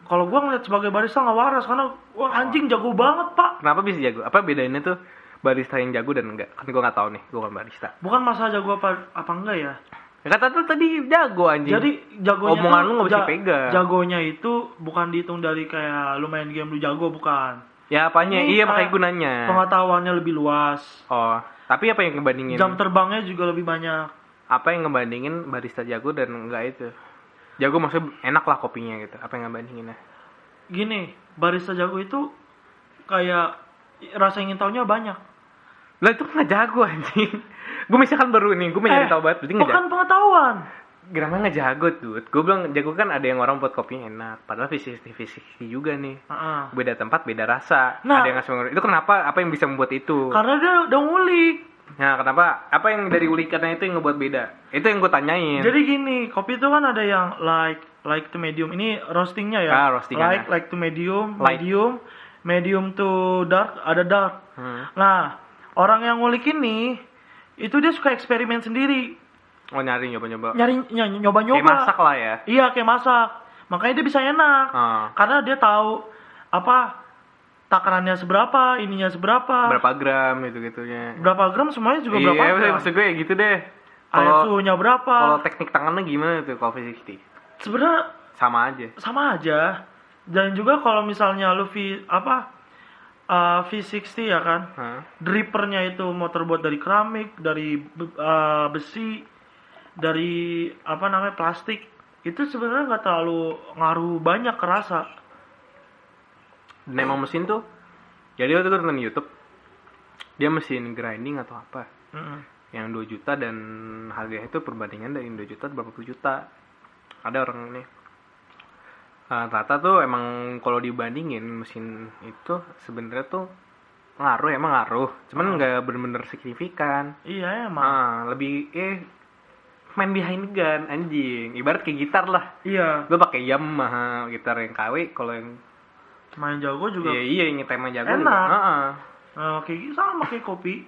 kalau gua ngeliat sebagai barista nggak waras karena wah anjing jago banget pak. kenapa bisa jago apa bedainnya tuh barista yang jago dan enggak kan gua nggak tahu nih gua kan barista Bukan masalah jago apa apa enggak ya. ya, kata lu tadi jago anjing Jadi jagonya Omongan tuh lu nggak bisa ja- dipegang. Jagonya itu bukan dihitung dari kayak lu main game lu jago bukan. ya apanya iya Ini, eh, makanya gunanya pengetahuannya lebih luas oh tapi apa yang ngebandingin jam terbangnya juga lebih banyak apa yang ngebandingin barista jago dan enggak itu jago maksudnya enak lah kopinya gitu apa yang ngebandinginnya gini barista jago itu kayak rasa ingin taunya banyak lah itu kan nggak jago anjing [laughs] gue misalkan baru nih gue mencari Eh, tahu banget berarti nggak bukan jago pengetahuan gramnya nggak jago dude gue bilang jago kan ada yang orang buat kopinya enak padahal fisik fisik juga nih Heeh. beda tempat beda rasa Nah. ada yang ngasih mengerti. itu kenapa apa yang bisa membuat itu karena dia udah ngulik nah kenapa apa yang dari ulikannya itu yang ngebuat beda itu yang gue tanyain jadi gini kopi itu kan ada yang like like to medium ini roastingnya ya Ah, roastingannya. like like to medium Light. medium medium to dark ada dark Hmm. nah orang yang ngulik ini itu dia suka eksperimen sendiri oh nyari nyoba nyoba nyari ny- nyoba-nyoba kayak masak lah ya Iya kayak masak. Makanya dia bisa enak. Ah. Karena dia tahu apa takarannya seberapa, ininya seberapa, berapa gram gitu gitunya berapa gram semuanya juga iya, berapa maksud- gram. maksud gue ya gitu deh. Air Kalau suhunya berapa. kalau teknik tangannya gimana tuh kalau 360? Sebenarnya Sama aja. sama aja. Dan juga kalau misalnya lu V apa uh, V60 ya kan. Hah? Drippernya itu mau terbuat dari keramik, dari be- uh, besi, dari apa namanya plastik. Itu sebenarnya nggak terlalu ngaruh banyak kerasa. Dan emang mesin tuh. Jadi waktu gue nonton YouTube, dia mesin grinding atau apa? Yang 2 juta dan harganya itu perbandingan dari 2 juta berapa puluh juta. Ada orang ini. Eh, Ternyata tuh emang kalau dibandingin mesin itu sebenarnya tuh ngaruh emang ngaruh, cuman nggak bener-bener signifikan. Iya Ah. emang. Ah, lebih eh main behind the gun anjing. Ibarat kayak gitar lah. Iya, Gue pakai Yamaha gitar yang KW kalau yang main jago juga. iya iya yang tema jago. Enak. juga. Ah, ah. Nah, kayak gitu sama kayak kopi.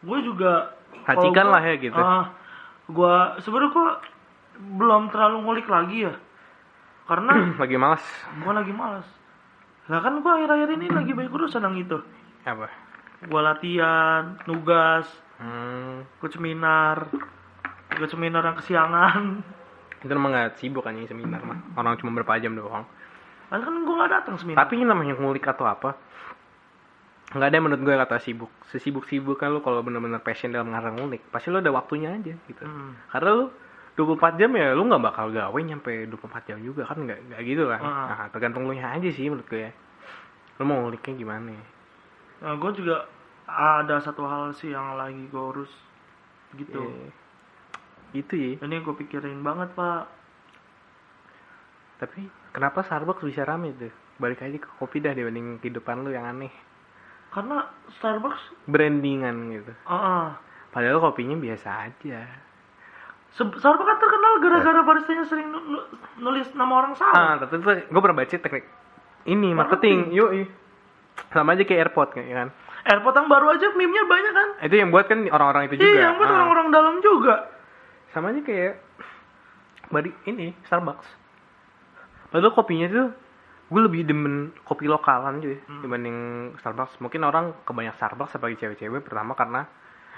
Gue juga Racikan kalau gua- lah ya gitu. Ah, gua sebenarnya gua belum terlalu ngulik lagi ya [clears throat] karena [clears throat] lagi males gue lagi males nah kan gue akhir-akhir ini lagi banyak urusan yang itu apa gue latihan nugas hmm, ikut seminar ikut seminar yang kesiangan itu emang gak sibuk kan ini seminar mah orang cuma berapa jam doang Padahal kan gue gak datang seminar tapi ini namanya ngulik atau apa nggak ada menurut gue kata sibuk sesibuk sibuk kan lo kalau bener-bener passion dalam ngarang ngulik pasti lo ada waktunya aja gitu Hmm. karena lo 24 jam ya lo nggak bakal gawe nyampe 24 jam juga kan nggak nggak gitu kan Ah. nah, tergantung lo nya aja sih menurut gue ya lo mau nguliknya gimana Nah, gue juga ada satu hal sih yang lagi gue urus gitu. Iya. Eh, itu ya Ini gue pikirin banget pak. tapi kenapa Starbucks bisa rame tuh balik aja ke kopi dah dibanding kehidupan lo yang aneh Karena Starbucks, brandingan gitu ah, ah. padahal kopinya biasa aja Se- Starbucks kan terkenal gara-gara baristanya sering nu- nu- nulis nama orang salah. ah tapi tuh gue pernah baca teknik ini marketing, yuk sama aja kayak airport kayak kan Airport yang baru aja meme-nya banyak kan? itu yang buat kan orang-orang itu juga Iya, yang buat Ah. orang-orang dalam juga. sama aja kayak bari ini Starbucks padahal kopinya tuh gue lebih demen kopi lokalan gitu ya, Hmm. dibanding Starbucks mungkin orang kebanyak Starbucks sebagai cewek-cewek pertama karena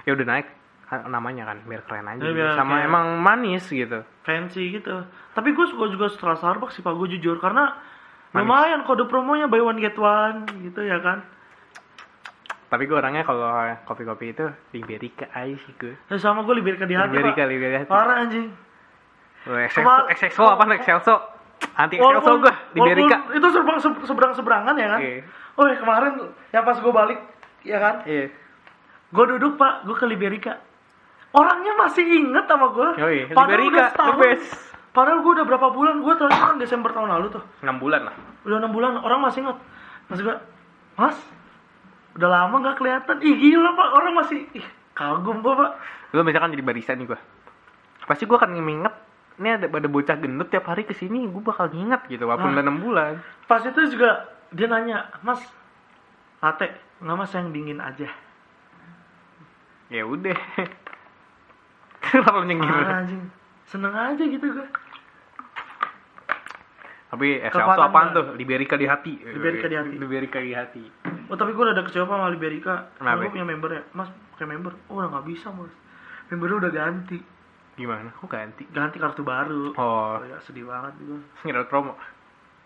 ya udah naik kan, namanya kan biar keren aja Iya, gitu. biar sama kayak- emang manis gitu Fancy gitu. Tapi gue suka juga setelah Starbucks sih pak, gue jujur. Karena Manis. lumayan kode promonya buy one get one gitu ya kan. tapi gue orangnya kalau kopi-kopi itu Liberica aja sih gue Ya sama gue libir ke di hati Liberica pak. Liberica Parah anjing. Lu Excelso, Kemar- Excelso apa nih Excelso? Anti Excelso Walaupun- gue di Amerika. walaupun Itu seberang seberang seberangan ya kan. Iya. Oh ya kemarin ya pas gue balik ya kan. Iya. Gue duduk pak, gue ke Liberika. Orangnya masih inget sama gue. Yoi, Padahal Liberika, udah the setahun. best. Padahal gue udah berapa bulan, gue terakhir kan Desember tahun lalu tuh. 6 bulan lah. Udah enam bulan, orang masih inget. Mas gue, mas, udah lama gak kelihatan. Ih gila pak, orang masih ih, kagum gue pak. Lu misalkan jadi barista nih gue. Pasti gue akan nginget ini ada pada bocah gendut tiap hari kesini gue bakal nginget gitu walaupun udah Nah. 6 bulan. Pas itu juga dia nanya, mas, latte, nggak mas yang dingin aja. Ya udah. [laughs] Kenapa lu nyengir? Ah, anjing, seneng aja gitu gue. Tapi Excelso Kekuatan apaan gak? tuh? Liberica di hati. Liberica di hati. Liberica di hati. Oh tapi gue udah ada kecewa sama Liberika Kenapa? Gue punya member ya Mas pakai member Oh udah gak bisa mas Membernya udah ganti Gimana? Kok ganti? Ganti kartu baru Oh, ya, Sedih banget gue ngira promo.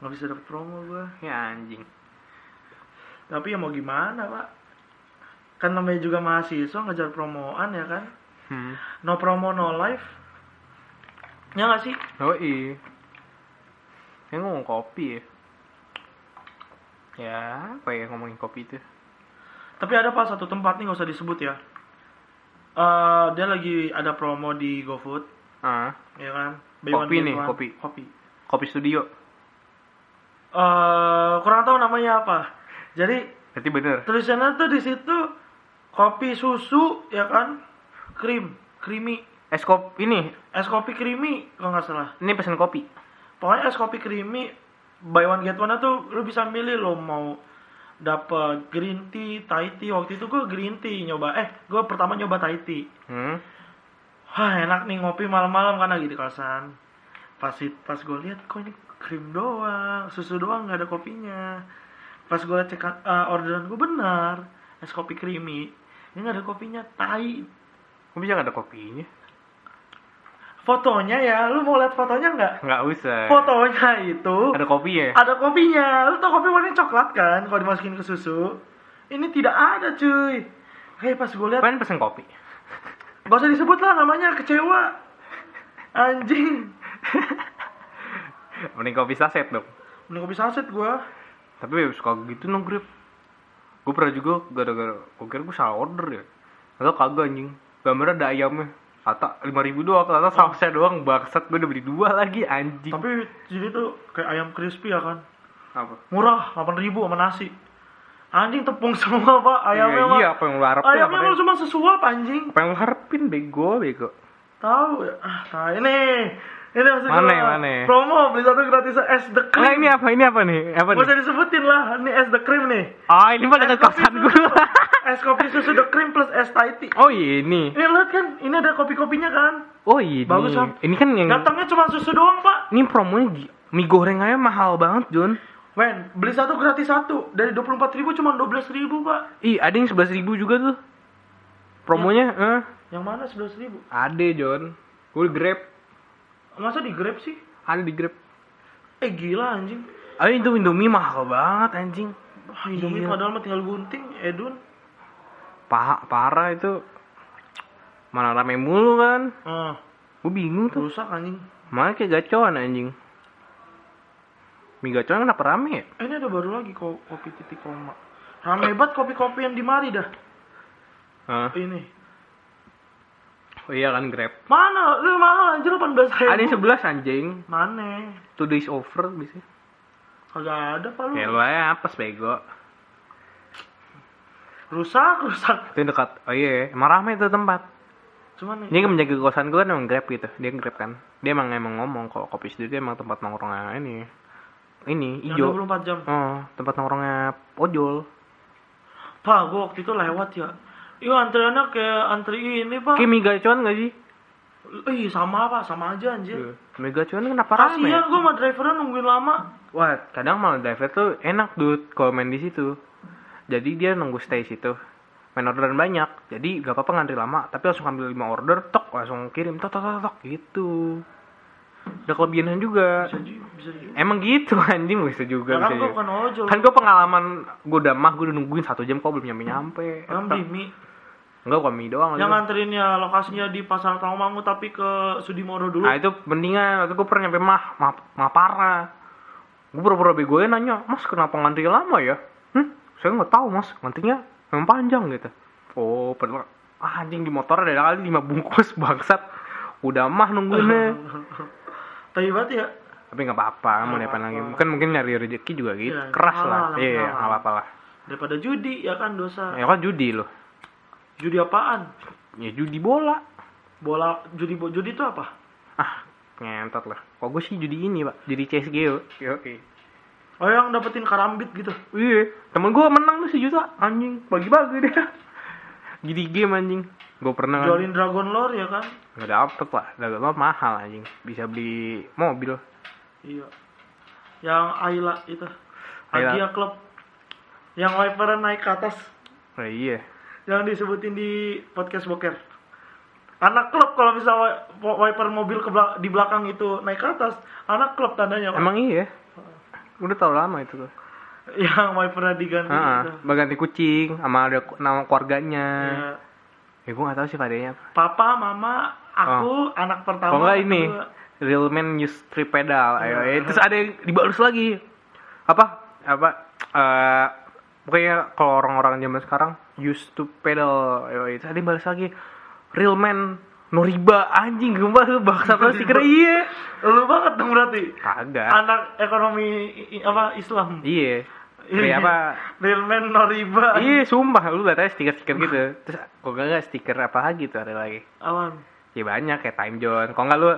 Gak bisa dapet promo gue Ya anjing. Tapi ya mau gimana pak Kan namanya juga mahasiswa ngejar promoan ya kan Hmm. No promo no life Ya gak sih? Oh iya. Ini ngomong kopi ya. Ya, apa ya ngomongin kopi itu? Tapi ada pak satu tempat nih gak usah disebut ya Eh, Dia lagi ada promo di GoFood Ah, Ya kan Buy one, Kopi get nih, one. kopi. Kopi kopi studio. eh kurang tahu namanya apa. Jadi Berarti bener. tulisannya tuh di situ kopi susu ya kan, krim, creamy, Es kopi ini, es kopi creamy kalau nggak salah. ini pesen kopi. Pokoknya es kopi creamy buy one get one tuh lu bisa milih lo mau dapet green tea, Thai tea. Waktu itu gue green tea nyoba. Eh, gue pertama nyoba Thai tea. Hmm. Hah, enak nih ngopi malam-malam kan lagi di kosan. Pas it- pas gue lihat kok ini krim doang, susu doang nggak ada kopinya. Pas gue cek eh, orderan gue benar, es kopi creamy. Ini nggak ada kopinya, tai. Kok bisa gak ada kopinya? Fotonya ya, lu mau lihat fotonya nggak? Nggak usah. Fotonya itu Ada kopi ya? ada kopinya. Lu tau kopi warnanya coklat kan kalau dimasukin ke susu. Ini tidak ada, cuy. Hei, pas gue lihat Apaan Kan pesen kopi? [laughs] Gak usah disebut lah namanya, kecewa. Anjing. Mending kopi saset dong. Mending kopi saset gua. Tapi suka gitu no grip. Gue pernah juga gara-gara gue kira gue salah order ya. Atau kagak anjing. Gambarnya ada ayamnya. Kata 5000 doang, kata sausnya doang. Bangsat gue udah beli dua lagi anjing. Tapi jadi tuh kayak ayam crispy ya kan. Apa? Murah, 8000 sama nasi. Anjing tepung semua, Pak. Iya, Ayamnya mah. iya, apa yang lu harapin? Ayamnya apa mah yang- cuma sesuap anjing. Apa yang lu harapin bego, bego. Tahu ya. Ah, tai nih. nah, Ini maksud Mane, gua, Mane. Promo beli satu gratis es the cream. Nah, ini apa? Ini apa nih? Apa Gak nih? usah disebutin lah, ini es the cream nih. Oh, ini mah dekat kosan susu. gua. [laughs] es kopi susu the cream plus es Thai tea. Oh, ini. Ini lihat kan, ini ada kopi-kopinya kan. Oh, ini. Bagus, Om. Ini kan yang Datangnya cuma susu doang, Pak. ini promonya gi- mie goreng aja mahal banget, Jun. Men, beli satu gratis satu. Dari 24.000 cuma 12.000, Pak. Ih, ada yang 11.000 juga tuh. Promonya, eh, Yang mana 11.000? ada, Jun. Gue Grab, Masa di Grab sih? ada di Grab. Eh gila anjing. Ah, itu Indomie mahal banget eh. anjing. Wah, Indomie Iya. padahal mah tinggal gunting, Edun. Pa parah itu. Mana rame mulu kan? Ah, Gue bingung tuh. rusak anjing. Mana kayak gacoan anjing. Mie gacoan kenapa rame ya? Eh, ini ada baru lagi ko- kopi titik koma. Rame banget kopi-kopi yang di mari dah. Hah? Ini. Oh, iya kan Grab. Mana? Lu mahal anjir 18 ribu. Ada yang 11 anjing. Mana? Two days over bisa. Kagak ada pak lu. Ya lu aja apes bego. Rusak, rusak. Itu yang dekat. Oh iya, emang rame itu tempat. Cuman Ini yang menjaga kosan gue kan emang grab gitu. Dia grab kan. Dia emang emang ngomong kalau kopi sendiri itu emang tempat nongkrongnya ini. Ini yang hijau. 24 jam. Oh, tempat nongkrongnya ojol. Pak, gua waktu itu lewat ya. Iya antriannya kayak antri ini pak. Kayak mie gacuan gak sih? Iya. Ih sama pak, sama aja anjir. Mie gacuan kan kenapa rame? Kasian gua sama drivernya nungguin lama. Wah, kadang malah driver tuh enak dude kalau main di situ. Jadi dia nunggu stay situ. Main orderan banyak. Jadi gak apa-apa ngantri lama, tapi langsung ambil 5 order, tok langsung kirim tok tok tok, tok gitu. Udah kelebihan juga. Bisa juga, bisa juga. Emang gitu [laughs] anjing bisa juga Ya kan bisa gua juga. bukan ojol. Kan gue pengalaman gue udah mah gue udah nungguin satu jam kok belum nyampe nyampe. Kan Bimi. Enggak gua mie doang. gitu. Yang nganterin ya lokasinya di Pasar Tawangmangu tapi ke Sudimoro dulu. Nah itu mendingan waktu gue pernah nyampe mah mah, mah parah. Gue pura-pura bego aja nanya, mas kenapa ngantri lama ya? Hm? Saya nggak tahu mas, ngantrinya memang panjang gitu. Oh pernah ah, anjing di motor ada kali lima bungkus [laughs] bangsat. Udah mah [laughs] nungguinnya. [laughs] Tapi banget ya. Tapi nggak apa-apa, mau diapain lagi? Mungkin mungkin nyari rezeki juga gitu, Iya, keras halal lah. lah, Iya, halal. nggak apa-apa lah. Daripada judi ya kan dosa. Ya kan judi loh. Judi apaan? Ya judi bola. Bola judi bo- judi itu apa? Ah, ngentot lah. Kok gue sih judi ini, Pak? Judi CSGO. Yo, oke. Oh yang dapetin karambit gitu. Iya, temen gue menang tuh sejuta anjing, bagi-bagi dia. Jadi game anjing, gue pernah kan Jualin Dragon Lore ya kan? nggak dapet lah, dagang lo mahal anjing, bisa beli mobil. Iya. Yang Ayla itu. Ayla. Agia Club. Yang wiperan naik ke atas. Nah, iya, Yang disebutin di podcast Boker. Anak klub kalau bisa wi- wiper mobil ke belak- di belakang itu naik ke atas, anak klub tandanya. Pak. emang iya. Udah tau lama itu tuh. Yang wipernya diganti gitu. Heeh, Eh. ganti kucing sama ada ku- nama keluarganya. Ya. Ya gue gak tau sih padanya apa. Papa, mama, aku anak pertama. Kalau Oh. nggak anak ini, kedua. real men use three pedal. Ayo, Iya. eh, terus ada yang dibalus lagi. Apa? Apa? Eh, pokoknya kalau orang-orang zaman sekarang use to pedal. Ayo, eh, terus ada yang balas lagi. Real men noriba anjing gempa lu baksa terus sih kira iya. Lu banget dong berarti. Kagak. Anak ekonomi i- i- apa Islam. Iya. Kayak apa? Realman Noriba. Iya, sumpah lu lihat aja stiker-stiker [laughs] gitu. Terus kok gak nggak stiker apa lagi tuh ada lagi. Awan. Ya banyak kayak time zone. Kok nggak lu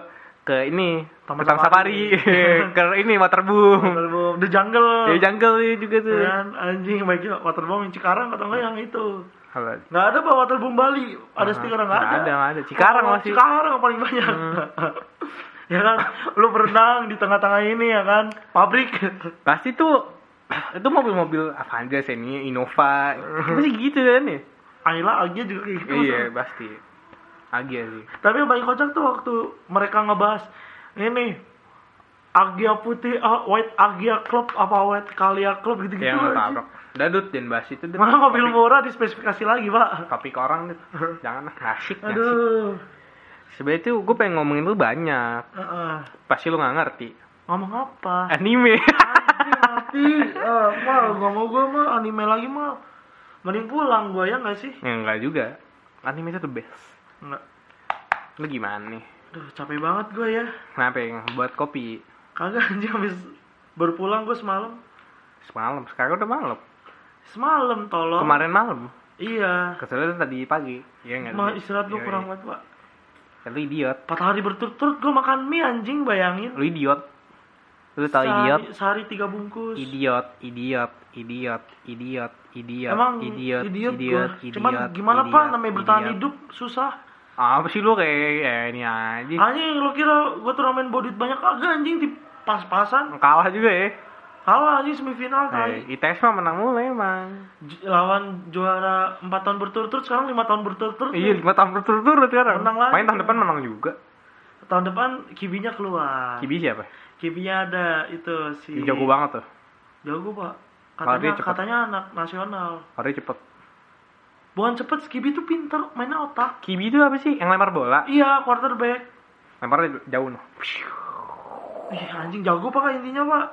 ke ini Taman Taman Safari, [laughs] ke ini Waterboom. Waterbomb. The Jungle. Ya jungle ya juga tuh. Kan anjing baiknya Waterbomb yang Cikarang atau enggak yang itu. Halo. Nggak ada Pak Waterbomb Bali. Ada stiker enggak ada. nggak ada, nggak ada. Cikarang Oh, masih. Hmm. Cikarang paling banyak. [laughs] ya kan lu berenang di tengah-tengah ini ya kan pabrik [laughs] Pasti tuh [clears throat] itu mobil-mobil Avanza ini Innova pasti gitu kan ya Ayla Agia juga kayak gitu iya pasti Agia sih tapi yang paling kocak tuh waktu mereka ngebahas ini Agia putih ah, white Agia club apa white Kalia club gitu-gitu yang anjing. tabrak dadut dan bahas itu Malah mobil murah dispesifikasi lagi, Pak. tapi ke orang [laughs] deh jangan lah ngasik ngasik Aduh. sebenarnya tuh gue pengen ngomongin tuh banyak Heeh. pasti lu nggak ngerti Ngomong apa? [laughs] anime Tapi eh mal nggak mau gue mah anime lagi mal. Mending pulang gue ya nggak sih? ya enggak juga anime itu the best Nggak. lu gimana nih Aduh capek banget gue ya. kenapa yang buat kopi Kagak [laughs] anjing habis baru pulang gue semalam. semalam sekarang udah malam Semalam tolong. kemarin malam Iya. Keselnya tadi pagi, iya nggak? Mah istirahat gue Yoi. kurang banget pak. Ya, lu idiot. Empat hari berturut-turut gue makan mie anjing bayangin. Lu idiot. Lu tau idiot. Sehari tiga bungkus. Idiot, idiot, idiot, idiot, idiot, Emang idiot, idiot, idiot, gua. Cuman idiot, gimana idiot, pak namanya bertahan idiot. Ah, hidup susah. Apa sih lu kayak eh, ini aja? Anjing lo kira gue turnamen bodit banyak kagak anjing di pas-pasan. Kalah juga ya. Kalah anjing semifinal Eh, kali. ITS mah menang mulu emang. J- lawan juara empat tahun berturut-turut sekarang lima tahun berturut-turut. Iya, nih. lima tahun berturut-turut sekarang. Menang lagi. Main tahun depan menang juga. Tahun depan kibinya keluar. Kibi siapa? Kibinya ada itu si. Dia jago banget tuh. Jago pak. Kalau dia Katanya cepet. katanya anak nasional. Orangnya cepet. Bukan cepet, Skibi tuh pinter, mainnya otak. Kibi itu apa sih? Yang lempar bola. Iya, quarterback. Lemparnya jauh noh. Ih, anjing jago pak intinya pak.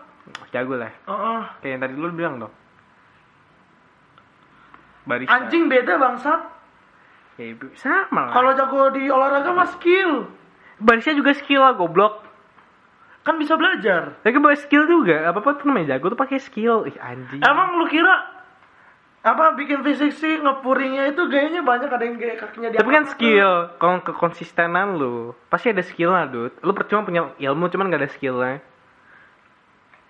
Jago lah. Heeh. Kayak yang tadi lu bilang dong. Barista. Anjing beda bangsat. Ya, itu sama lah. Kalau jago di olahraga mah skill. Barisnya juga skill lah goblok. Kan bisa belajar. Tapi bawa skill juga, apa apa tuh namanya jago tuh pakai skill. Ih anjing. Emang lu kira apa bikin fisik sih ngepuringnya itu gayanya banyak ada yang gaya kakinya di Tapi kan atas skill, kalau kekonsistenan lu, pasti ada skill lah, Dut. Lu percuma punya ilmu cuman gak ada skillnya.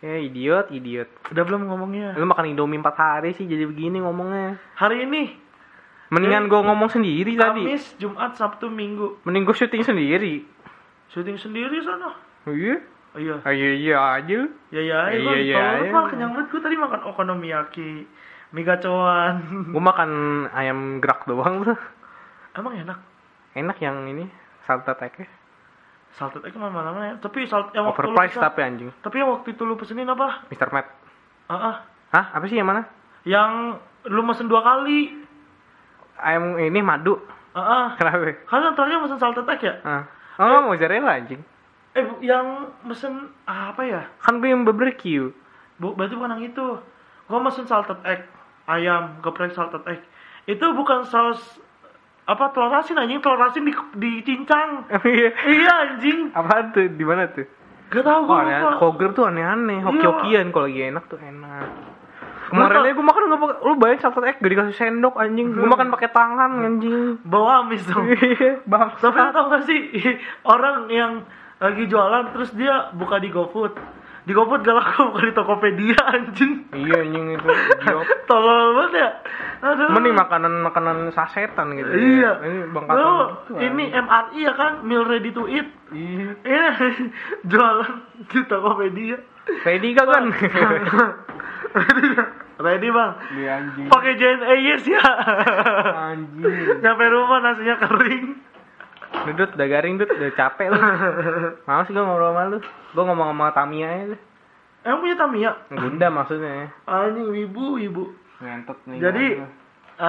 Ya idiot, idiot. tuh. Udah belum ngomongnya. Lu makan Indomie 4 hari sih jadi begini ngomongnya. Hari ini Mendingan gua ngomong sendiri tadi. Kamis, Jumat, Sabtu, Minggu. Mending gua syuting sendiri. Syuting sendiri sana. Oh, Iya. Oh, iya. Ah, Iya iya aja. lu. Ya ya, Iya, iya, iya, iya, iya. malah kenyang banget gue tadi makan okonomiyaki, mie gacoan. Gua makan ayam gerak doang tuh. [laughs] Emang enak. Enak yang ini salted egg Salted egg mah mana-mana ya. Tapi salt yang waktu lu Overpriced pesen- tapi anjing. tapi yang waktu itu lu pesenin apa? Mr. Matt. Ah, ah. Hah? Apa sih yang mana? yang lu pesen dua kali. Ayam ini madu. [laughs] Ah, ah. Kenapa? Kan antaranya pesen salted egg ya? Ah. Oh, mozzarella anjing. Eh, bu- yang pesen apa ya? Kan gue yang barbecue. [laughs] Bu, berarti bukan yang itu. Gua pesen salted egg, ayam geprek salted egg. Itu bukan saus apa telur asin anjing, telur asin di, dicincang. iya anjing. Apaan tuh? Di mana tuh? Gak tau gue Wah, aneh. lupa. Iya. Koger tuh aneh-aneh. Hoki-hokian kalau lagi enak tuh enak. Gua Kemarin tau- aja gue makan nggak pakai, lu bayangin salted egg gak dikasih sendok anjing. Iya. Gue makan pakai tangan anjing. Bawa amis dong. [laughs] Bang, Tapi lu tau gak sih [laughs] orang yang lagi jualan terus dia buka di GoFood. Di GoFood gak laku [laughs] buka di Tokopedia anjing. Iya anjing itu. idiot. Tolol banget ya. Aduh. Mending makanan-makanan sasetan gitu. Iya. Ini bangkatan Lu, gitu, ini anjing. MRI ya kan meal ready to eat. Iya. Ini jualan di Tokopedia. Ready gak [laughs] kan? ready, gak? ready bang. Iya anjing. Pakai JNE yes ya. Anjing. Nyampe rumah nasinya kering. Dudut, udah garing dud, udah capek [laughs] lu. Males gue ngobrol sama lu. Gue ngomong sama Tamia aja lu. Emang punya Tamiya? Gunda maksudnya. Anjing wibu wibu. Hmm. Ngentot nih. Jadi eh,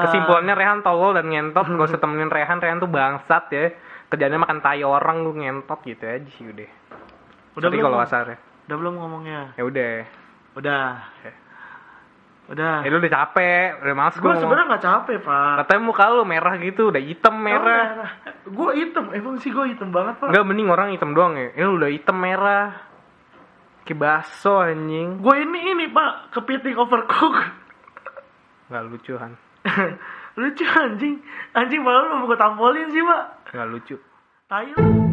kesimpulannya Rehan tolol dan ngentot. Gak usah temenin Rehan, Rehan tuh bangsat ya. Kerjanya makan tai orang lu ngentot gitu aja sih udah. udah Udah belum, kalau kasar ya. udah belum ngomongnya. Ya udah. Udah. Udah. Ya lu udah capek, udah males gue Gue ngomong. Ah. sebenarnya nggak capek pak. Katanya muka lu merah gitu, udah hitam merah. Gue hitam, emang sih gue hitam banget pak. Enggak mending orang hitam doang ya. Ini udah hitam merah. Kayak baso anjing. Gue ini ini pak kepiting overcook. Gak lucu Han. [laughs] Lucu anjing, anjing malu mau gue tampolin sih pak. Gak lucu. Tai.